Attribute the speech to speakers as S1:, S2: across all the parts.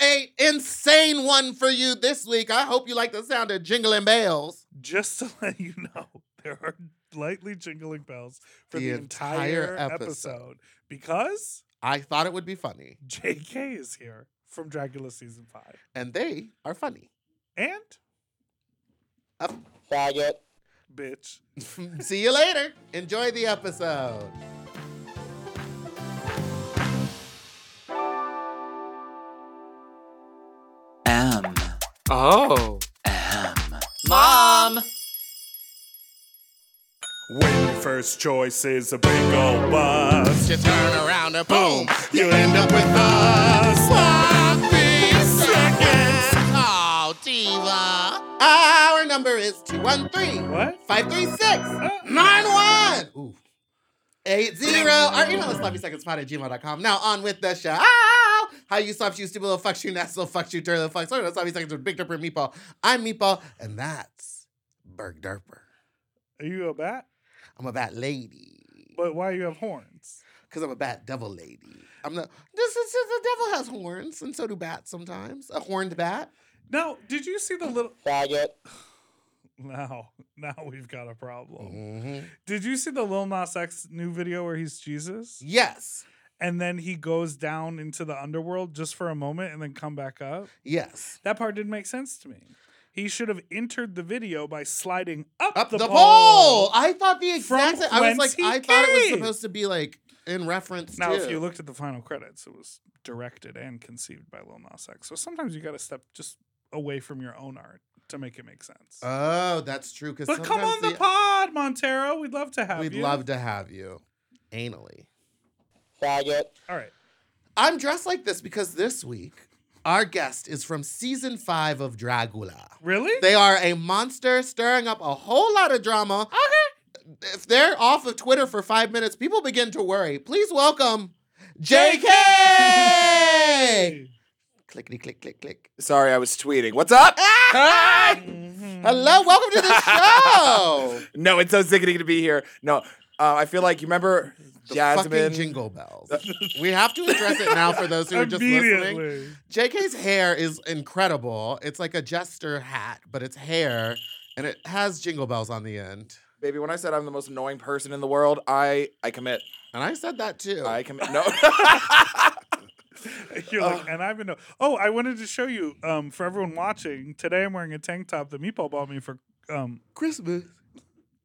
S1: great, insane one for you this week. I hope you like the sound of jingling bells.
S2: Just to let you know, there are lightly jingling bells for the,
S1: The
S2: entire,
S1: entire
S2: episode. because
S1: I thought it would be funny,
S2: JK is here from Dracula season five,
S1: and they are funny.
S2: and
S3: Faggot.
S2: bitch.
S1: See you later. Enjoy the episode.
S4: M.
S5: Oh.
S4: M.
S5: Mom!
S2: When your first choice is a big old bus,
S1: You turn around and boom, you end up with a sloppy second. Oh, Diva. Our number is 213
S2: what?
S1: 536 91 Ooh. 80. Our email is sloppysecondspot at gmail.com. Now on with the show. How you slops, you stupid little fucks, you nasty little fucks, you dirty little fucks. Oh, Sorry, that's sloppy seconds with Big Derper and Meatball. I'm Meatball, and that's Berg Derper.
S2: Are you a bat?
S1: I'm a bad lady.
S2: But why you have horns?
S1: because I'm a bat devil lady. I'm the this is the devil has horns, and so do bats sometimes. A horned bat.
S2: Now, did you see the little?
S3: Faggot.
S2: Now, now we've got a problem. Did you see the Lil Nas X new video where he's Jesus,
S1: Yes,
S2: and then he goes down into the underworld just for a moment and then come back up?
S1: yes.
S2: That part didn't make sense to me. He should have entered the video by sliding up,
S1: Up
S2: the,
S1: the,
S2: pole.
S1: pole. I thought the
S2: From
S1: exact. same- I was
S2: whence
S1: like,
S2: he
S1: I thought it was
S2: came.
S1: supposed to be like in reference
S2: Now,
S1: to.
S2: if you looked at the final credits, it was directed and conceived by Lil Nas X. So sometimes you got to step just away from your own art to make it make sense.
S1: Oh, that's true. Because
S2: but come on the, pod, Montero. We'd love to have
S1: We'd
S2: you.
S1: love to have you, anally.
S3: Faggot.
S2: All right.
S1: I'm dressed like this because this week our guest is from season five of Dragula.
S2: Really?
S1: They are a monster stirring up a whole lot of drama. Okay. If they're off of Twitter for five minutes, people begin to worry. Please welcome JK! Clickety click, click, click.
S5: Sorry, I was tweeting. What's up?
S2: Ah!
S5: Hi!
S2: Mm-hmm.
S1: Hello, welcome to the show.
S5: No, it's so sickening to be here. No, uh, I feel like you remember
S1: The
S5: Jasmine.
S1: fucking jingle bells. Uh, we have to address it now for those who are just listening.
S2: Immediately.
S1: JK's hair is incredible. It's like a jester hat, but it's hair and it has jingle bells on the end.
S5: Baby, when I said I'm the most annoying person in the world, I I commit.
S1: And I said that too.
S5: I commit. No.
S2: You're like, and I've been. Oh, I wanted to show you um, for everyone watching. Today, I'm wearing a tank top that Meatball bought me for um,
S1: Christmas.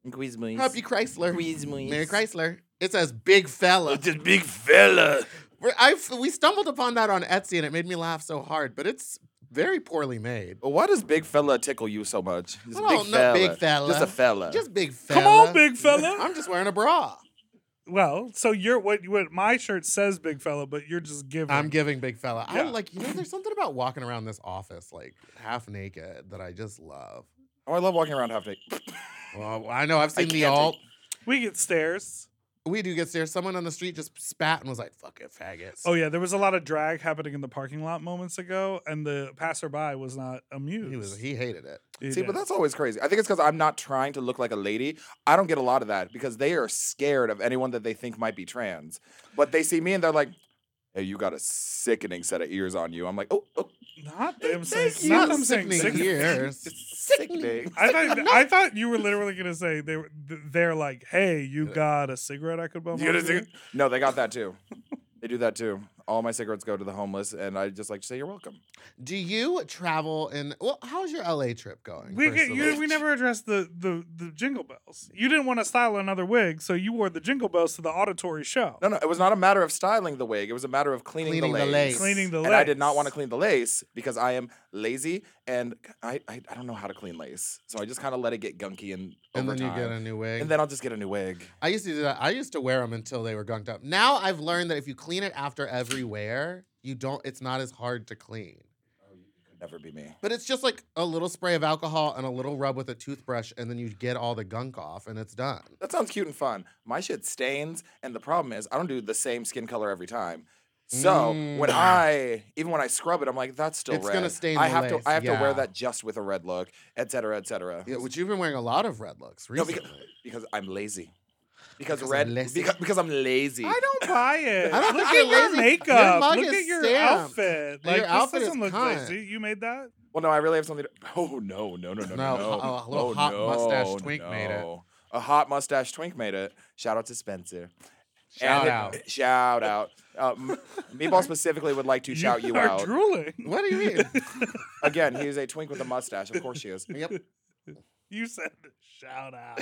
S5: Squeeze me.
S1: Happy Chrysler.
S5: Squeeze me.
S1: Mary Chrysler. It says big fella.
S5: big fella.
S1: We're- I f- we stumbled upon that on Etsy and it made me laugh so hard, but it's very poorly made.
S5: Why does big fella tickle you so much? Just
S1: I don't know, big fella.
S5: Just a fella.
S1: Just big fella.
S2: Come on, big fella.
S1: I'm just wearing a bra.
S2: Well, so you're what what my shirt says, big fella, but you're just giving.
S1: I'm giving big fella. I
S2: Yeah.
S1: like, you know, there's something about walking around this office like half naked that I just love.
S5: oh, I love walking around half naked.
S1: Well, I know I've seen the
S5: can't
S1: alt.
S2: we get stares.
S1: We do get there. Someone on the street just spat and was like, fuck it, faggots.
S2: Oh yeah, there was a lot of drag happening in the parking lot moments ago, and the passerby was not amused.
S1: he was he hated it.
S5: See, but that's always crazy. I think it's because I'm not trying to look like a lady. I don't get a lot of that because they are scared of anyone that they think might be trans. But they see me and they're like, "Hey, you got a sickening set of ears on you." I'm like, "Oh, oh
S2: not them saying.
S5: Thank you.
S2: Not
S1: Not
S2: them saying.
S1: sickening
S2: sick-
S1: years.
S5: sickening."
S2: I thought I thought you were literally gonna say they were th- they're like, hey, you got a cigarette I could bum?
S5: You got a
S2: off you?"
S5: cig- no, they got that too. They do that too. All my cigarettes go to the homeless, and I just like to say, "You're welcome."
S1: Do you travel in? Well, how's your LA trip going?
S2: We get, you,
S1: personally?
S2: we never addressed the, the the jingle bells. You didn't want to style another wig, so you wore the jingle bells to the auditory show.
S5: No, no, it was not a matter of styling the wig. It was a matter of cleaning,
S1: Cleaning the
S5: the
S1: lace.
S5: lace.
S2: Cleaning the
S5: and I did not want to
S2: lace.
S5: clean the lace because I am lazy and I, I, I don't know how to clean lace. So I just kind of let it get gunky and
S1: And
S5: over
S1: then
S5: time.
S1: you get a new wig.
S5: and then I'll just get a new wig.
S1: I used to do that. I used to wear them until they were gunked up. Now I've learned that if you clean it after every wear, you don't. It's not as hard to clean.
S5: Could never be me.
S1: But it's just like a little spray of alcohol and a little rub with a toothbrush, and then you get all the gunk off, and it's done.
S5: That sounds cute and fun. My shit stains, and the problem is I don't do the same skin color every time. So when
S1: Mm.
S5: I even when I scrub it, I'm like, that's still
S1: It's
S5: red.
S1: gonna stain
S5: I
S1: the
S5: have to
S1: lace,
S5: I have to
S1: yeah.
S5: wear that just with a red look, et cetera, et cetera.
S1: Yeah, which you've been wearing a lot of red looks
S5: No,
S1: recently.
S5: because, because I'm lazy. Because,
S1: Because I'm
S5: red
S1: lazy.
S5: because, because I'm lazy.
S2: I don't buy it.
S1: I don't think
S2: look at
S1: you're
S2: your
S1: lazy. Your
S2: makeup.
S1: mug
S2: look
S1: is
S2: at your
S1: stamped.
S2: outfit.
S1: Your
S2: Like
S1: outfit
S2: this
S1: is
S2: doesn't look
S1: cunt.
S2: lazy. You made that.
S5: Well, no, I really have something. To, oh no, no, no, no, no,
S1: No,
S5: no.
S1: a- a little
S5: Oh,
S1: hot mustache
S5: no,
S1: twink made it.
S5: no. A hot mustache twink made it. Shout out to Spencer.
S1: Shout
S5: And it-
S1: out.
S5: Shout out. Um, Meatball specifically would like to shout you
S2: are
S5: out.
S2: drooling.
S1: What do you mean?
S5: Again, he is a twink with a mustache. Of course she is.
S1: yep.
S2: You said shout out.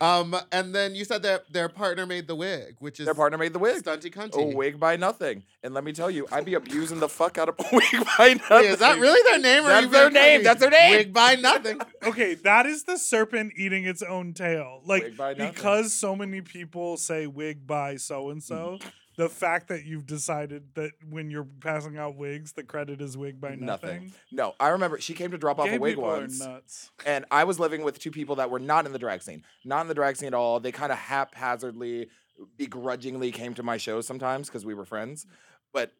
S1: um, and then you said that their partner made the wig, which is
S5: Their partner made the wig. Oh,
S1: stunty cunty.
S5: A wig by nothing. And let me tell you, I'd be abusing the fuck out of a wig by nothing.
S1: Wait, is that really their name? Or
S5: That's
S1: you
S5: their
S1: being
S5: name.
S1: cunty?
S5: That's their name.
S1: Wig by nothing.
S2: okay, that is the serpent eating its own tail. Like
S5: Wig by nothing.
S2: because so many people say wig by so and so,
S5: Mm-hmm.
S2: the fact that you've decided that when you're passing out wigs, the credit is wig by
S5: Nothing.
S2: nothing.
S5: No, I remember she came to drop off
S2: Gay
S5: a wig
S2: people
S5: once.
S2: are nuts.
S5: and I was living with two people that were not in the drag scene, not in the drag scene at all. They kind of haphazardly, begrudgingly came to my shows sometimes because we were friends,
S1: Mm-hmm.
S5: but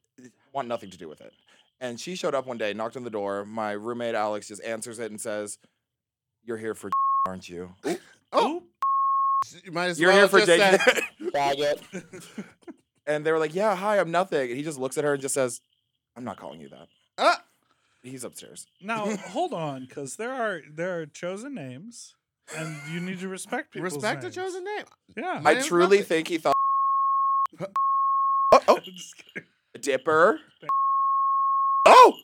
S5: want nothing to do with it. And she showed up one day, knocked on the door. My roommate Alex just answers it and says, "You're here for, aren't you? Ooh,
S1: Oh,
S2: Oop.
S1: you might as
S5: You're
S1: well
S5: here
S1: have
S5: for
S1: just
S5: Jake."
S1: said-
S5: Faggot. and they were like, "Yeah, hi, I'm nothing." And he just looks at her and just says, "I'm not calling you that."
S1: Ah.
S5: He's upstairs.
S2: Now hold on, because there are there are chosen names, and you need to respect people's
S1: respect the
S2: names.
S1: chosen name.
S2: Yeah,
S1: My
S5: I
S1: name's
S5: truly
S1: Nothing.
S5: think he thought. oh, oh,
S2: Just kidding.
S5: Dipper. Oh,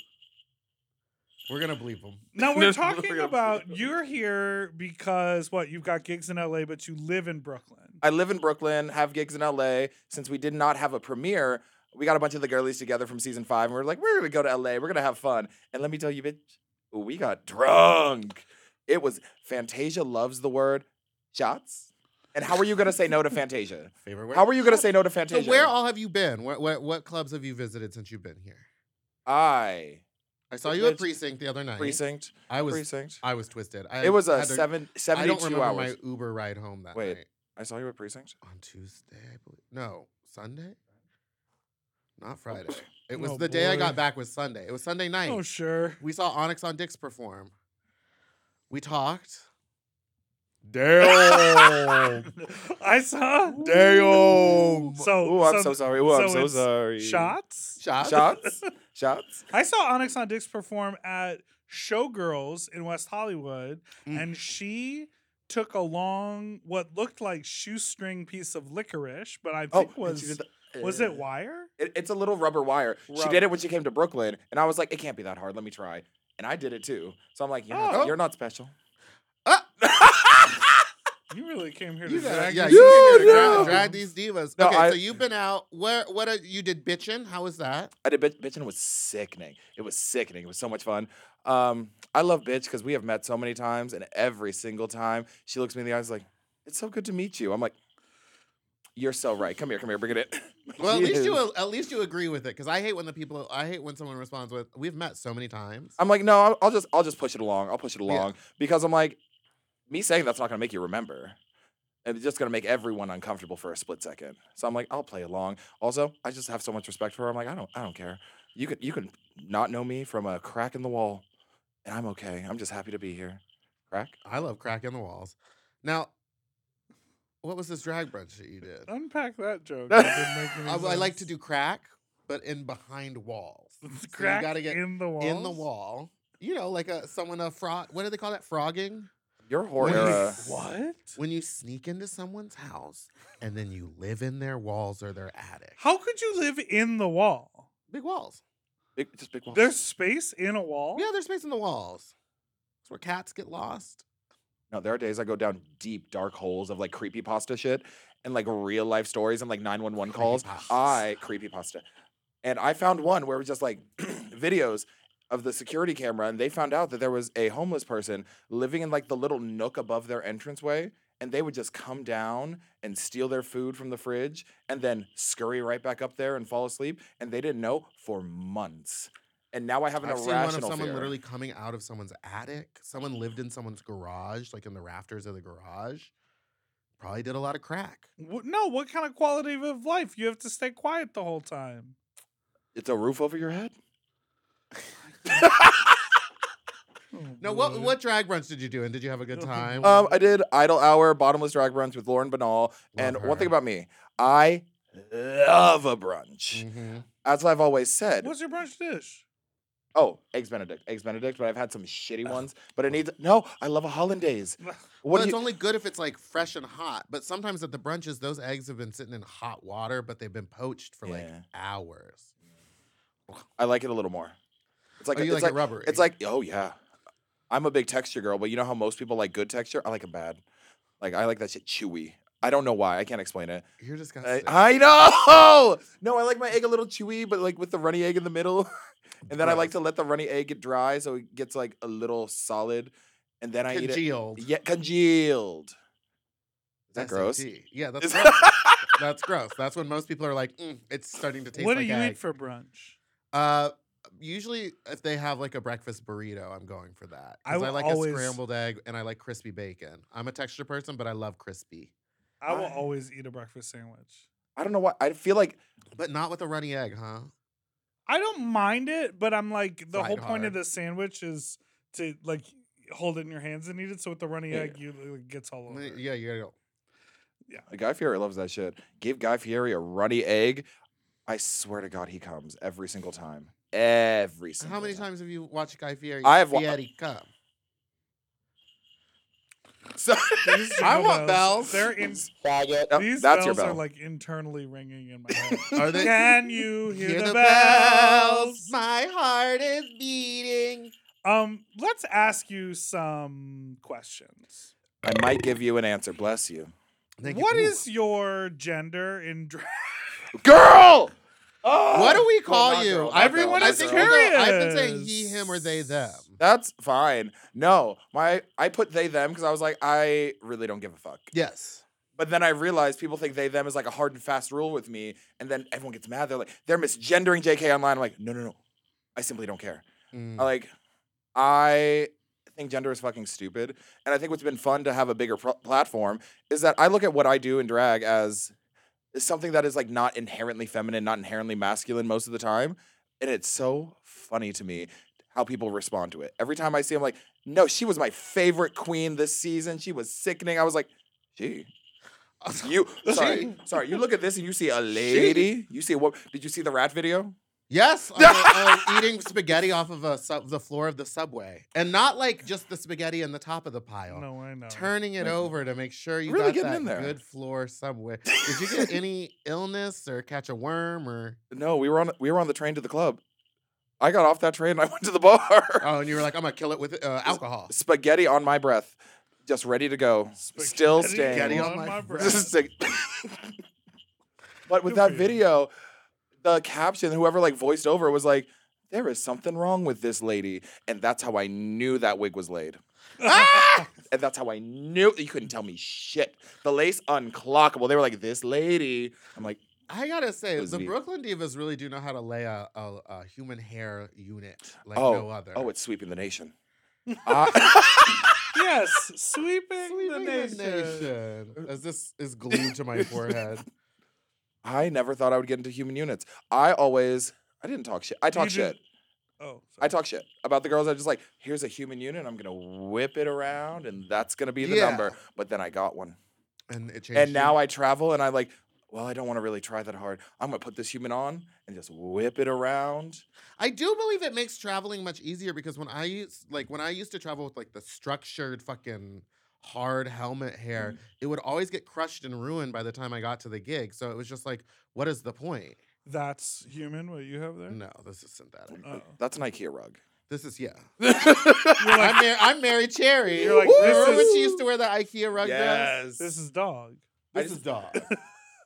S1: We're gonna bleep them.
S2: Now
S5: No,
S2: we're
S5: we're
S2: talking
S5: gonna-
S2: about you're here because what you've got gigs in LA, but you live in Brooklyn.
S5: I live in Brooklyn, have gigs in LA. Since we did not have a premiere, we got a bunch of the girlies together from season five, and we are like, we're gonna go to LA, we're gonna have fun. And let me tell you, bitch, we got drunk. It was Fantasia loves the word shots. And how are you gonna say no to Fantasia?
S1: Favorite word.
S5: How are you gonna say no to
S1: so
S5: Fantasia?
S1: where all have you been? What, what what clubs have you visited since you've been here?
S5: I
S1: I saw you at
S5: It's-
S1: precinct the other night.
S5: precinct,
S1: I was
S5: precinct.
S1: I was twisted. I
S5: It was a
S1: had to-
S5: seven,
S1: I don't
S5: 72
S1: remember
S5: hours.
S1: my Uber ride home that
S5: Wait.
S1: night
S5: I saw you at precinct.
S1: on Tuesday. I believe. No, Sunday. Not Friday. It was
S2: Oh,
S1: the day I
S2: boy.
S1: got back was Sunday. It was Sunday night.
S2: Oh sure.
S1: we saw Onyx on Dix perform. We talked. Damn.
S2: I saw
S5: Damn.
S2: So-
S5: Ooh, I'm
S2: so-
S5: so, sorry. Ooh, I'm
S2: so
S5: so
S2: it's
S5: sorry.
S2: shots.
S1: Shots.
S5: Shots? Shots?
S2: I saw Onyx on Dix perform at Showgirls in West Hollywood,
S1: Mm.
S2: and she took a long, what looked like shoestring piece of licorice, but I
S5: Oh,
S2: think
S5: and she
S2: was
S5: did the-
S2: was
S5: uh,
S2: it wire?
S5: it- it's a little rubber wire. She
S2: Rubber.
S5: did it when she came to Brooklyn, and I was like, it can't be that hard. Let me try. And I did it too. So I'm like, you're,
S1: Oh.
S5: not, you're not special.
S2: You really came here to
S1: You gotta,
S2: drag
S1: yeah,
S2: these
S1: you gotta
S5: You
S1: drag,
S5: know.
S1: drag these divas.
S5: No,
S1: okay,
S5: I-
S1: so you've been out. Where? What? Are, you did bitchin'. How was that?
S5: I did bitch, bitching was sickening. It was sickening. It was so much fun. Um, I love bitch because we have met so many times, and every single time she looks me in the eyes like, it's so good to meet you. I'm like, you're so right. Come here, come here, bring it in.
S1: Well, at least
S5: Yes.
S1: you at least you agree with it because I hate when the people I hate when someone responds with "We've met so many times."
S5: I'm like, no, I'll, I'll just I'll just push it along. I'll push it
S1: Yeah.
S5: along because I'm like, me saying that's not gonna make you remember. And it's just gonna make everyone uncomfortable for a split second. So I'm like, I'll play along. Also, I just have so much respect for her. I'm like, I don't I don't care. You could you can not know me from a crack in the wall, and I'm okay. I'm just happy to be here. Crack?
S1: I love cracking the walls. Now, what was this drag brunch that you did?
S2: Unpack that joke. That didn't make any
S1: I, I like to
S2: sense.
S1: do crack, but in behind walls. So
S2: crack
S1: you gotta get
S2: in the wall.
S1: in the wall. You know, like a someone a frog. What do they call that? Frogging.
S5: Your whore
S1: What do you-
S5: era.
S2: What?
S1: When you sneak into someone's house and then you live in their walls or their attic.
S2: How could you live in the wall?
S1: Big walls.
S5: Big, just big walls.
S2: There's space in a wall.
S1: Yeah, there's space in the walls. It's where cats get lost.
S5: No, there are days I go down deep dark holes of like creepy pasta shit and like real life stories and like 911 calls.
S1: Creepypastas.
S5: I creepy pasta. And I found one where it was just like videos of the security camera and they found out that there was a homeless person living in like the little nook above their entranceway and they would just come down and steal their food from the fridge and then scurry right back up there and fall asleep and they didn't know for months. And now I have an
S1: I've seen
S5: irrational
S1: one of someone
S5: fear.
S1: literally coming out of someone's attic. Someone lived in someone's garage, like in the rafters of the garage. Probably did a lot of crack.
S2: Wh- No, what kind of quality of life? You have to stay quiet the whole time.
S5: it's a roof over your head.
S1: No, what what drag brunch did you do? And did you have a good time?
S5: Mm-hmm. Um, I did Idle Hour, Bottomless Drag Brunch with Lauren Banal. and
S1: Love her.
S5: one thing about me, I love a brunch.
S1: Mhm.
S5: As I've always said.
S2: What's your brunch dish?
S5: Oh, eggs Benedict, eggs Benedict. But I've had some shitty ones. But it needs no. I love a hollandaise. What
S1: well,
S5: do
S1: it's
S5: you?
S1: only good if it's like fresh and hot. But sometimes at the brunches, those eggs have been sitting in hot water, but they've been poached for like
S5: Yeah.
S1: hours.
S5: I like it a little more. It's like
S1: oh, you like,
S5: it's like,
S1: it rubbery?
S5: it's like oh yeah. I'm a big texture girl, but you know how most people like good texture. I like it bad. Like I like that shit chewy. I don't know why. I can't explain it.
S1: you're disgusting.
S5: I, I know. No, I like my egg a little chewy, but like with the runny egg in the middle. and then I like
S1: Gross.
S5: to let the runny egg get dry, so it gets like a little solid. And then I eat
S1: Congealed.
S5: it. Yeah, congealed. Is that gross?
S1: SAT. Yeah, that's
S5: Is-
S1: gross. that's gross. That's when most people are like, mm, it's starting to taste
S2: what
S1: like
S2: do you
S1: egg.
S2: eat for brunch?
S1: Uh, usually, if they have like a breakfast burrito, I'm going for that.
S2: I
S1: 'Cause I,
S2: will
S1: like
S2: always-
S1: a scrambled egg and I like crispy bacon. I'm a texture person, but I love crispy,
S2: I will
S5: I-
S2: always eat a breakfast sandwich.
S5: I don't know why. I feel like
S1: but not with a runny egg, huh?
S2: I don't mind it, but I'm like the
S1: Fried
S2: whole point of
S1: hard.
S2: the sandwich is to like hold it in your hands and eat it. So with the runny
S5: Yeah.
S2: egg, you it gets all over.
S1: Yeah, you gotta go.
S5: uh, Guy Fieri loves that shit. Give Guy Fieri a runny egg. I swear to God, he comes every single time. Every single.
S1: How many
S5: time.
S1: times have you watched Guy Fieri?
S5: I have wa-
S1: Fieri come.
S5: So-
S2: These
S1: I
S2: jingle
S1: want bells.
S2: They're in.
S5: Oh,
S2: These
S5: that's
S2: bells
S5: your bell.
S2: are like internally ringing in my head.
S1: Are they?
S2: Can you hear, the, bells?
S1: My heart is beating.
S2: Um, let's ask you some questions.
S5: I might give you an answer. Bless you,
S1: Thank you.
S2: What
S1: Ooh.
S2: is your gender in drag?
S5: girl. Oh!
S1: What do we
S5: Well,
S1: call
S5: not
S1: you?
S5: girl, not
S1: Everyone
S5: girl,
S1: is think
S5: not girl.
S2: curious.
S1: we'll go- I've been saying he, him, or they, them.
S5: That's fine. No, my I put they them because I was like I really don't give a fuck.
S1: Yes.
S5: But then I realized people think they them is like a hard and fast rule with me, and then everyone gets mad. They're like they're misgendering JK online. I'm like no no no, I simply don't care.
S1: Hmm. Mm.
S5: I like I think gender is fucking stupid, and I think what's been fun to have a bigger pro- platform is that I look at what I do in drag as something that is like not inherently feminine, not inherently masculine most of the time, and it's so funny to me how people respond to it. Every time I see, I'm like, no, she was my favorite queen this season. She was sickening. I was like, she. You sorry, sorry. You look at this and you see a lady. You see what? Did you see the rat video?
S1: Yes, I was, uh, eating spaghetti off of a sub, the floor of the subway, and not like just the spaghetti on the top of the pile.
S2: No, I know.
S1: Turning it
S5: Like,
S1: over to make sure you
S5: really
S1: got
S5: getting
S1: that
S5: in there.
S1: good floor subway. Did you get any illness or catch a worm or?
S5: No, we were on we were on the train to the club. I got off that train and I went to the bar.
S1: Oh, and you were like, I'm gonna kill it with uh, alcohol.
S5: Spaghetti on my breath, just ready to go. Still
S2: Spaghetti
S5: staying.
S1: on my breath.
S5: Stick- but with
S2: Good
S5: that
S2: for you.
S5: video, the caption, whoever like voiced over it was like, there is something wrong with this lady. And that's how I knew that wig was laid.
S1: Ah!
S5: And that's how I knew you couldn't tell me shit. The lace unclockable. They were like, this lady. I'm like,
S1: I gotta say,
S5: It was
S1: the
S5: deep.
S1: Brooklyn divas really do know how to lay a, a, a human hair unit like
S5: Oh,
S1: no other.
S5: oh, it's sweeping the nation. I-
S2: Yes, sweeping,
S1: Sleeping
S2: the
S1: in
S2: nation.
S1: nation. As this is glued to my forehead.
S5: I never thought I would get into human units. I always, I didn't talk shit. I talk
S2: You
S5: shit.
S2: didn't- Oh,
S5: I talk shit about the girls. I just like, here's a human unit. I'm gonna whip it around, and that's gonna be the
S1: Yeah.
S5: number. But then I got one,
S1: And it changed.
S5: and
S1: you?
S5: now I travel, and I like, well, I don't want to really try that hard. I'm gonna put this human on and just whip it around.
S1: I do believe it makes traveling much easier because when I used like when I used to travel with like the structured fucking hard helmet
S2: Mm-hmm.
S1: hair, it would always get crushed and ruined by the time I got to the gig. So it was just like, what is the point?
S2: That's human. What you have there?
S1: No, this is synthetic.
S2: Oh.
S5: That's an IKEA rug.
S1: This is yeah.
S2: You're like,
S1: I'm, Mar- I'm Mary Cherry.
S2: You're like,
S1: Woo!
S2: this
S1: Remember when
S2: is-
S1: she used to wear the IKEA rug dress?
S2: this is dog.
S5: I
S1: This
S5: just-
S1: is dog.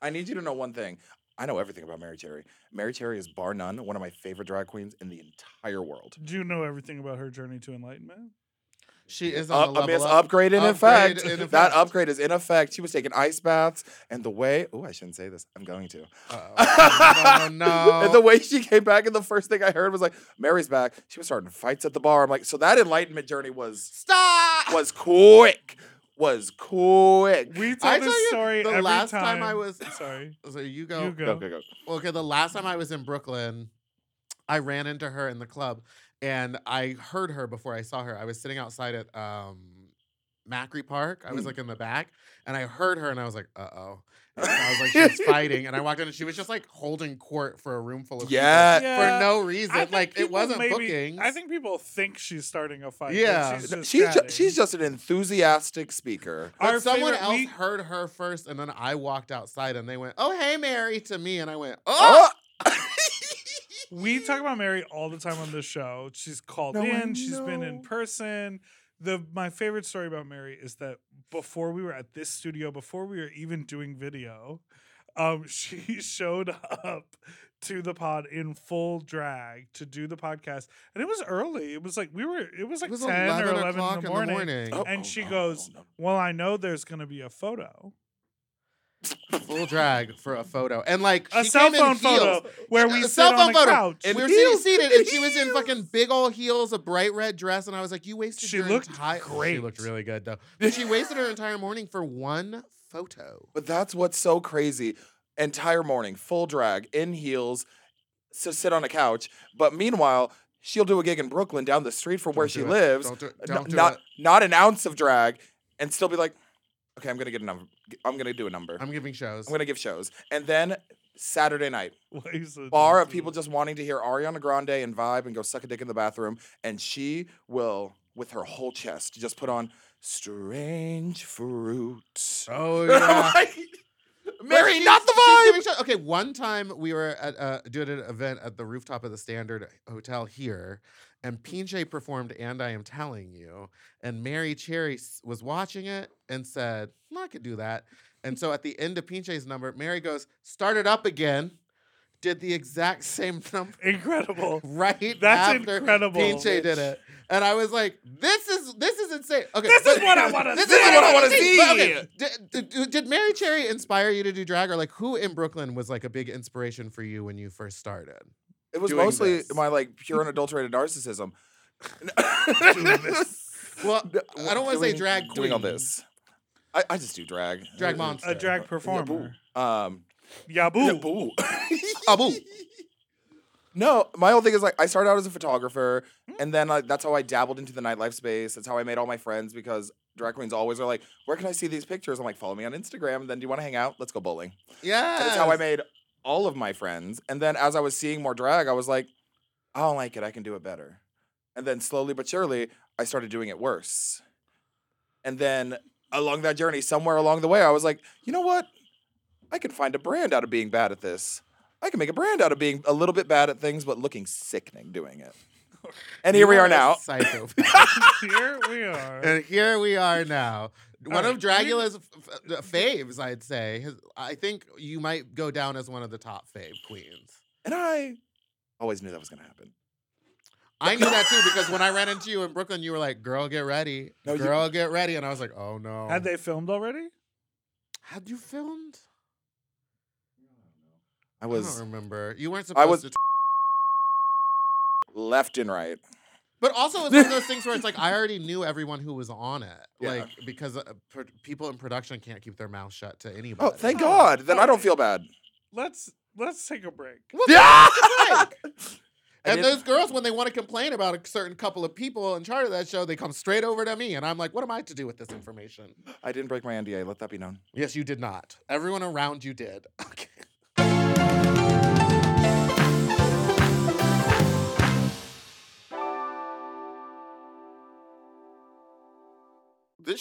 S5: I need you to know one thing. I know everything about Mary Cherry. Mary Cherry is bar none one of my favorite drag queens in the entire world.
S2: Do you know everything about her journey to enlightenment?
S1: She is on
S5: Up,
S1: a
S5: I mean,
S1: level
S5: it's
S1: up.
S5: upgrade in
S1: Upgrade
S5: effect.
S1: in
S5: That
S1: effect.
S5: upgrade is in effect. She was taking ice baths, and the way oh, I shouldn't say this. I'm going to.
S1: Uh-oh. No, no,
S5: and
S1: no.
S5: the way she came back, and the first thing I heard was like, "Mary's back." She was starting fights at the bar. I'm like, so that enlightenment journey was
S1: Stop.
S5: was quick, was quick.
S2: We tell
S1: I
S2: this
S1: tell you,
S2: story
S1: the
S2: every
S1: last time I was-
S2: Sorry,
S1: So you
S2: you
S1: go.
S2: go.
S5: Go go go.
S1: Well, okay, the last time I was in Brooklyn, I ran into her in the club and I heard her before I saw her. I was sitting outside at um Macri Park. I was
S5: Mm.
S1: like in the back and I heard her and I was like, uh oh. I was like, she's fighting. And I walked in and she was just like holding court for a room full of people
S5: Yeah.
S2: Yeah.
S1: for no
S2: I
S1: reason.
S2: think
S1: Like it
S2: people
S1: wasn't
S2: maybe-
S1: bookings.
S2: I think people think she's starting a fight. but
S1: Yeah.
S2: she's
S5: No,
S2: just,
S5: she's ju-
S2: chatting.
S5: she's just an enthusiastic speaker.
S1: But
S2: Our
S1: someone
S2: favorite-
S1: else
S2: we-
S1: heard her first, and then I walked outside, and they went, "Oh, hey, Mary," to me, and I went, "Oh,
S5: Oh,
S2: We talk about Mary all the time on this show. She's called
S5: No, I
S2: in. She's been
S5: know.
S2: in person. The my favorite story about Mary is that before we were at this studio, before we were even doing video, um, she showed up to the pod in full drag to do the podcast, and it was early. It was like we were. It was like
S1: it was
S2: Oh, ten or
S1: eleven
S2: eleven
S1: o'clock in the morning."
S5: Oh,
S2: And
S5: oh,
S2: she
S5: no,
S2: goes-
S5: no, no.
S2: Well, I know there's gonna be a photo.
S1: Full drag for a photo, and like
S2: A
S1: she
S2: cell
S1: came in
S2: phone photo
S1: heels.
S2: where
S1: A
S2: we
S1: cell
S2: sit
S1: phone
S2: on a
S1: photo.
S2: couch.
S5: And
S1: we were
S5: heels.
S1: sitting seated, and she was in
S5: Heels.
S1: fucking big old heels, a bright red dress, and I was like, "You wasted."
S2: She
S1: your
S2: looked
S1: entire- She
S2: great.
S1: looked really good though. But she wasted her entire morning for one photo.
S5: But that's what's so crazy. Entire morning, full drag, in heels, to sit on a couch. But meanwhile, she'll do a gig in Brooklyn down the street from where
S1: Don't
S5: she
S1: do it.
S5: lives.
S1: Don't do, it.
S5: n-
S1: don't do
S5: not
S1: it.
S5: not an ounce of drag, and still be like, okay, I'm gonna get a number. I'm gonna do a number. I'm,
S1: I'm giving shows.
S5: gonna give shows, and then Saturday night,
S2: Waves of
S5: bar of
S2: Destiny.
S5: people just wanting to hear Ariana Grande and vibe and go suck a dick in the bathroom, and she will, with her whole chest, just put on strange fruit.
S1: Oh yeah. But
S5: Mary,
S1: she's-
S5: not the
S1: she's
S5: vibe.
S1: giving show- Okay, one time we were at uh, doing an event at the rooftop of the Standard Hotel here, and Pinche performed "And I Am Telling You," and Mary Cherry s- was watching it and said, "Hmm, "I could do that." And so at the end of Pinche's number, Mary goes, "Start it up again," did the exact same number
S2: Incredible.
S1: right
S2: That's
S1: after
S2: incredible.
S1: Pinche did it, and I was like, "This is this is insane." Okay,
S2: This
S1: but-
S2: is what I want to
S1: this
S2: see.
S1: is what I want to
S5: wanna
S1: see. But okay,
S5: see.
S1: did, did, did Mary Cherry inspire you to do drag, or like who in Brooklyn was like a big inspiration for you when you first started?
S5: It was
S1: doing
S5: mostly
S1: this.
S5: my like pure and adulterated narcissism.
S2: Doing this.
S1: Well, I don't want to say
S5: Doing-
S1: drag queen.
S5: Doing all this. I, I just do drag.
S1: Drag
S5: Uh,
S1: monster.
S2: A drag performer.
S5: Um.
S2: Yaboo.
S5: yeah, boo.
S1: Abu.
S5: No, my whole thing is like I started out as a photographer,
S1: Hmm.
S5: and then like that's how I dabbled into the nightlife space. That's how I made all my friends because drag queens always are like, "Where can I see these pictures?" I'm like, "Follow me on Instagram." And then, do you want to hang out? Let's go bowling.
S1: Yeah.
S5: That's how I made all of my friends. And then as I was seeing more drag, I was like, I don't like it. I can do it better. And then slowly but surely, I started doing it worse. And then along that journey, somewhere along the way, I was like, you know what? I can find a brand out of being bad at this. I can make a brand out of being a little bit bad at things, but looking sickening doing it. And here we are now.
S1: Psycho.
S2: Here we are.
S1: and here we are now. One of
S2: right, we-
S1: Dracula's f- f- faves, I'd say. His- I think you might go down as one of the top fave queens.
S5: And I always knew that was going to happen.
S1: I knew that too because when I ran into you in Brooklyn, you were like, "Girl, get ready,
S5: No, you-
S1: girl, get ready," and I was like, "Oh no."
S2: Had they filmed already?
S1: Had you filmed? I
S5: I
S1: don't
S5: was
S1: remember. You weren't supposed
S5: I was-
S1: to.
S5: left and right.
S1: But also, it's one of those things where it's like I already knew everyone who was on it,
S5: Yeah.
S1: like because uh, pr- people in production can't keep their mouth shut to anybody.
S5: Oh, thank
S2: Oh,
S5: God. Then I don't
S2: okay.
S5: feel bad.
S2: Let's let's take a break.
S1: Well,
S5: Yeah!
S1: that's the thing.
S5: I
S1: And
S5: did-
S1: those girls, when they want to complain about a certain couple of people in charge of that show, they come straight over to me, and I'm like, "What am I to do with this information?"
S5: I didn't break my NDA. Let that be known.
S1: Yes, you did not. Everyone around you did. Okay. This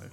S3: life?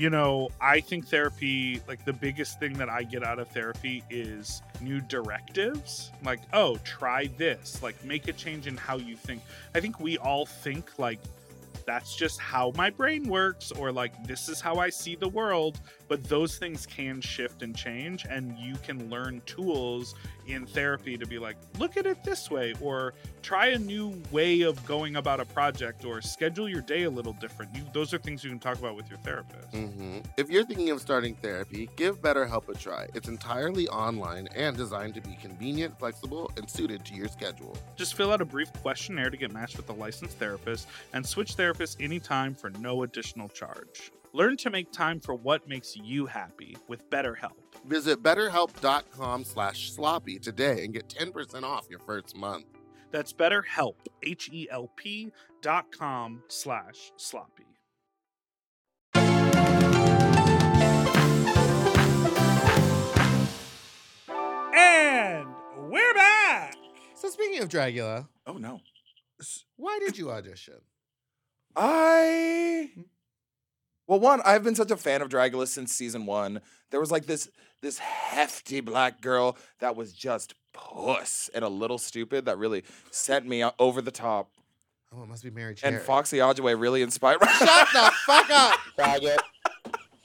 S3: you know, I think therapy, like the biggest thing that I get out of therapy is new directives. Like, oh, try this. Like, make a change in how you think. I think we all think, like, that's just how my brain works, or like, this is how I see the world. But those things can shift and change. And you can learn tools in therapy to be like, look at it this way, or try a new way of going about a project, or schedule your day a little different. You, those are things you can talk about with your therapist.
S4: hmm If you're thinking of starting therapy, give BetterHelp a try. It's entirely online and designed to be convenient, flexible, and suited to your schedule.
S3: Just fill out a brief questionnaire to get matched with a licensed therapist and switch therapists anytime for no additional charge. Learn to make time for what makes you happy with BetterHelp.
S4: Visit betterhelp.com slash sloppy today and get 10% off your first month.
S3: That's BetterHelp, H E L P dot com slash sloppy.
S2: And we're back.
S1: So speaking of Dragula,
S5: Oh no.
S1: why did you audition?
S5: I well, one, I've been such a fan of Dragula since season one. There was like this this hefty black girl that was just puss and a little stupid that really sent me o- over the top.
S1: Oh, it must be Mary Cherry.
S5: And Foxy Ajaway really inspired
S1: Shut the fuck up.
S6: Faggot.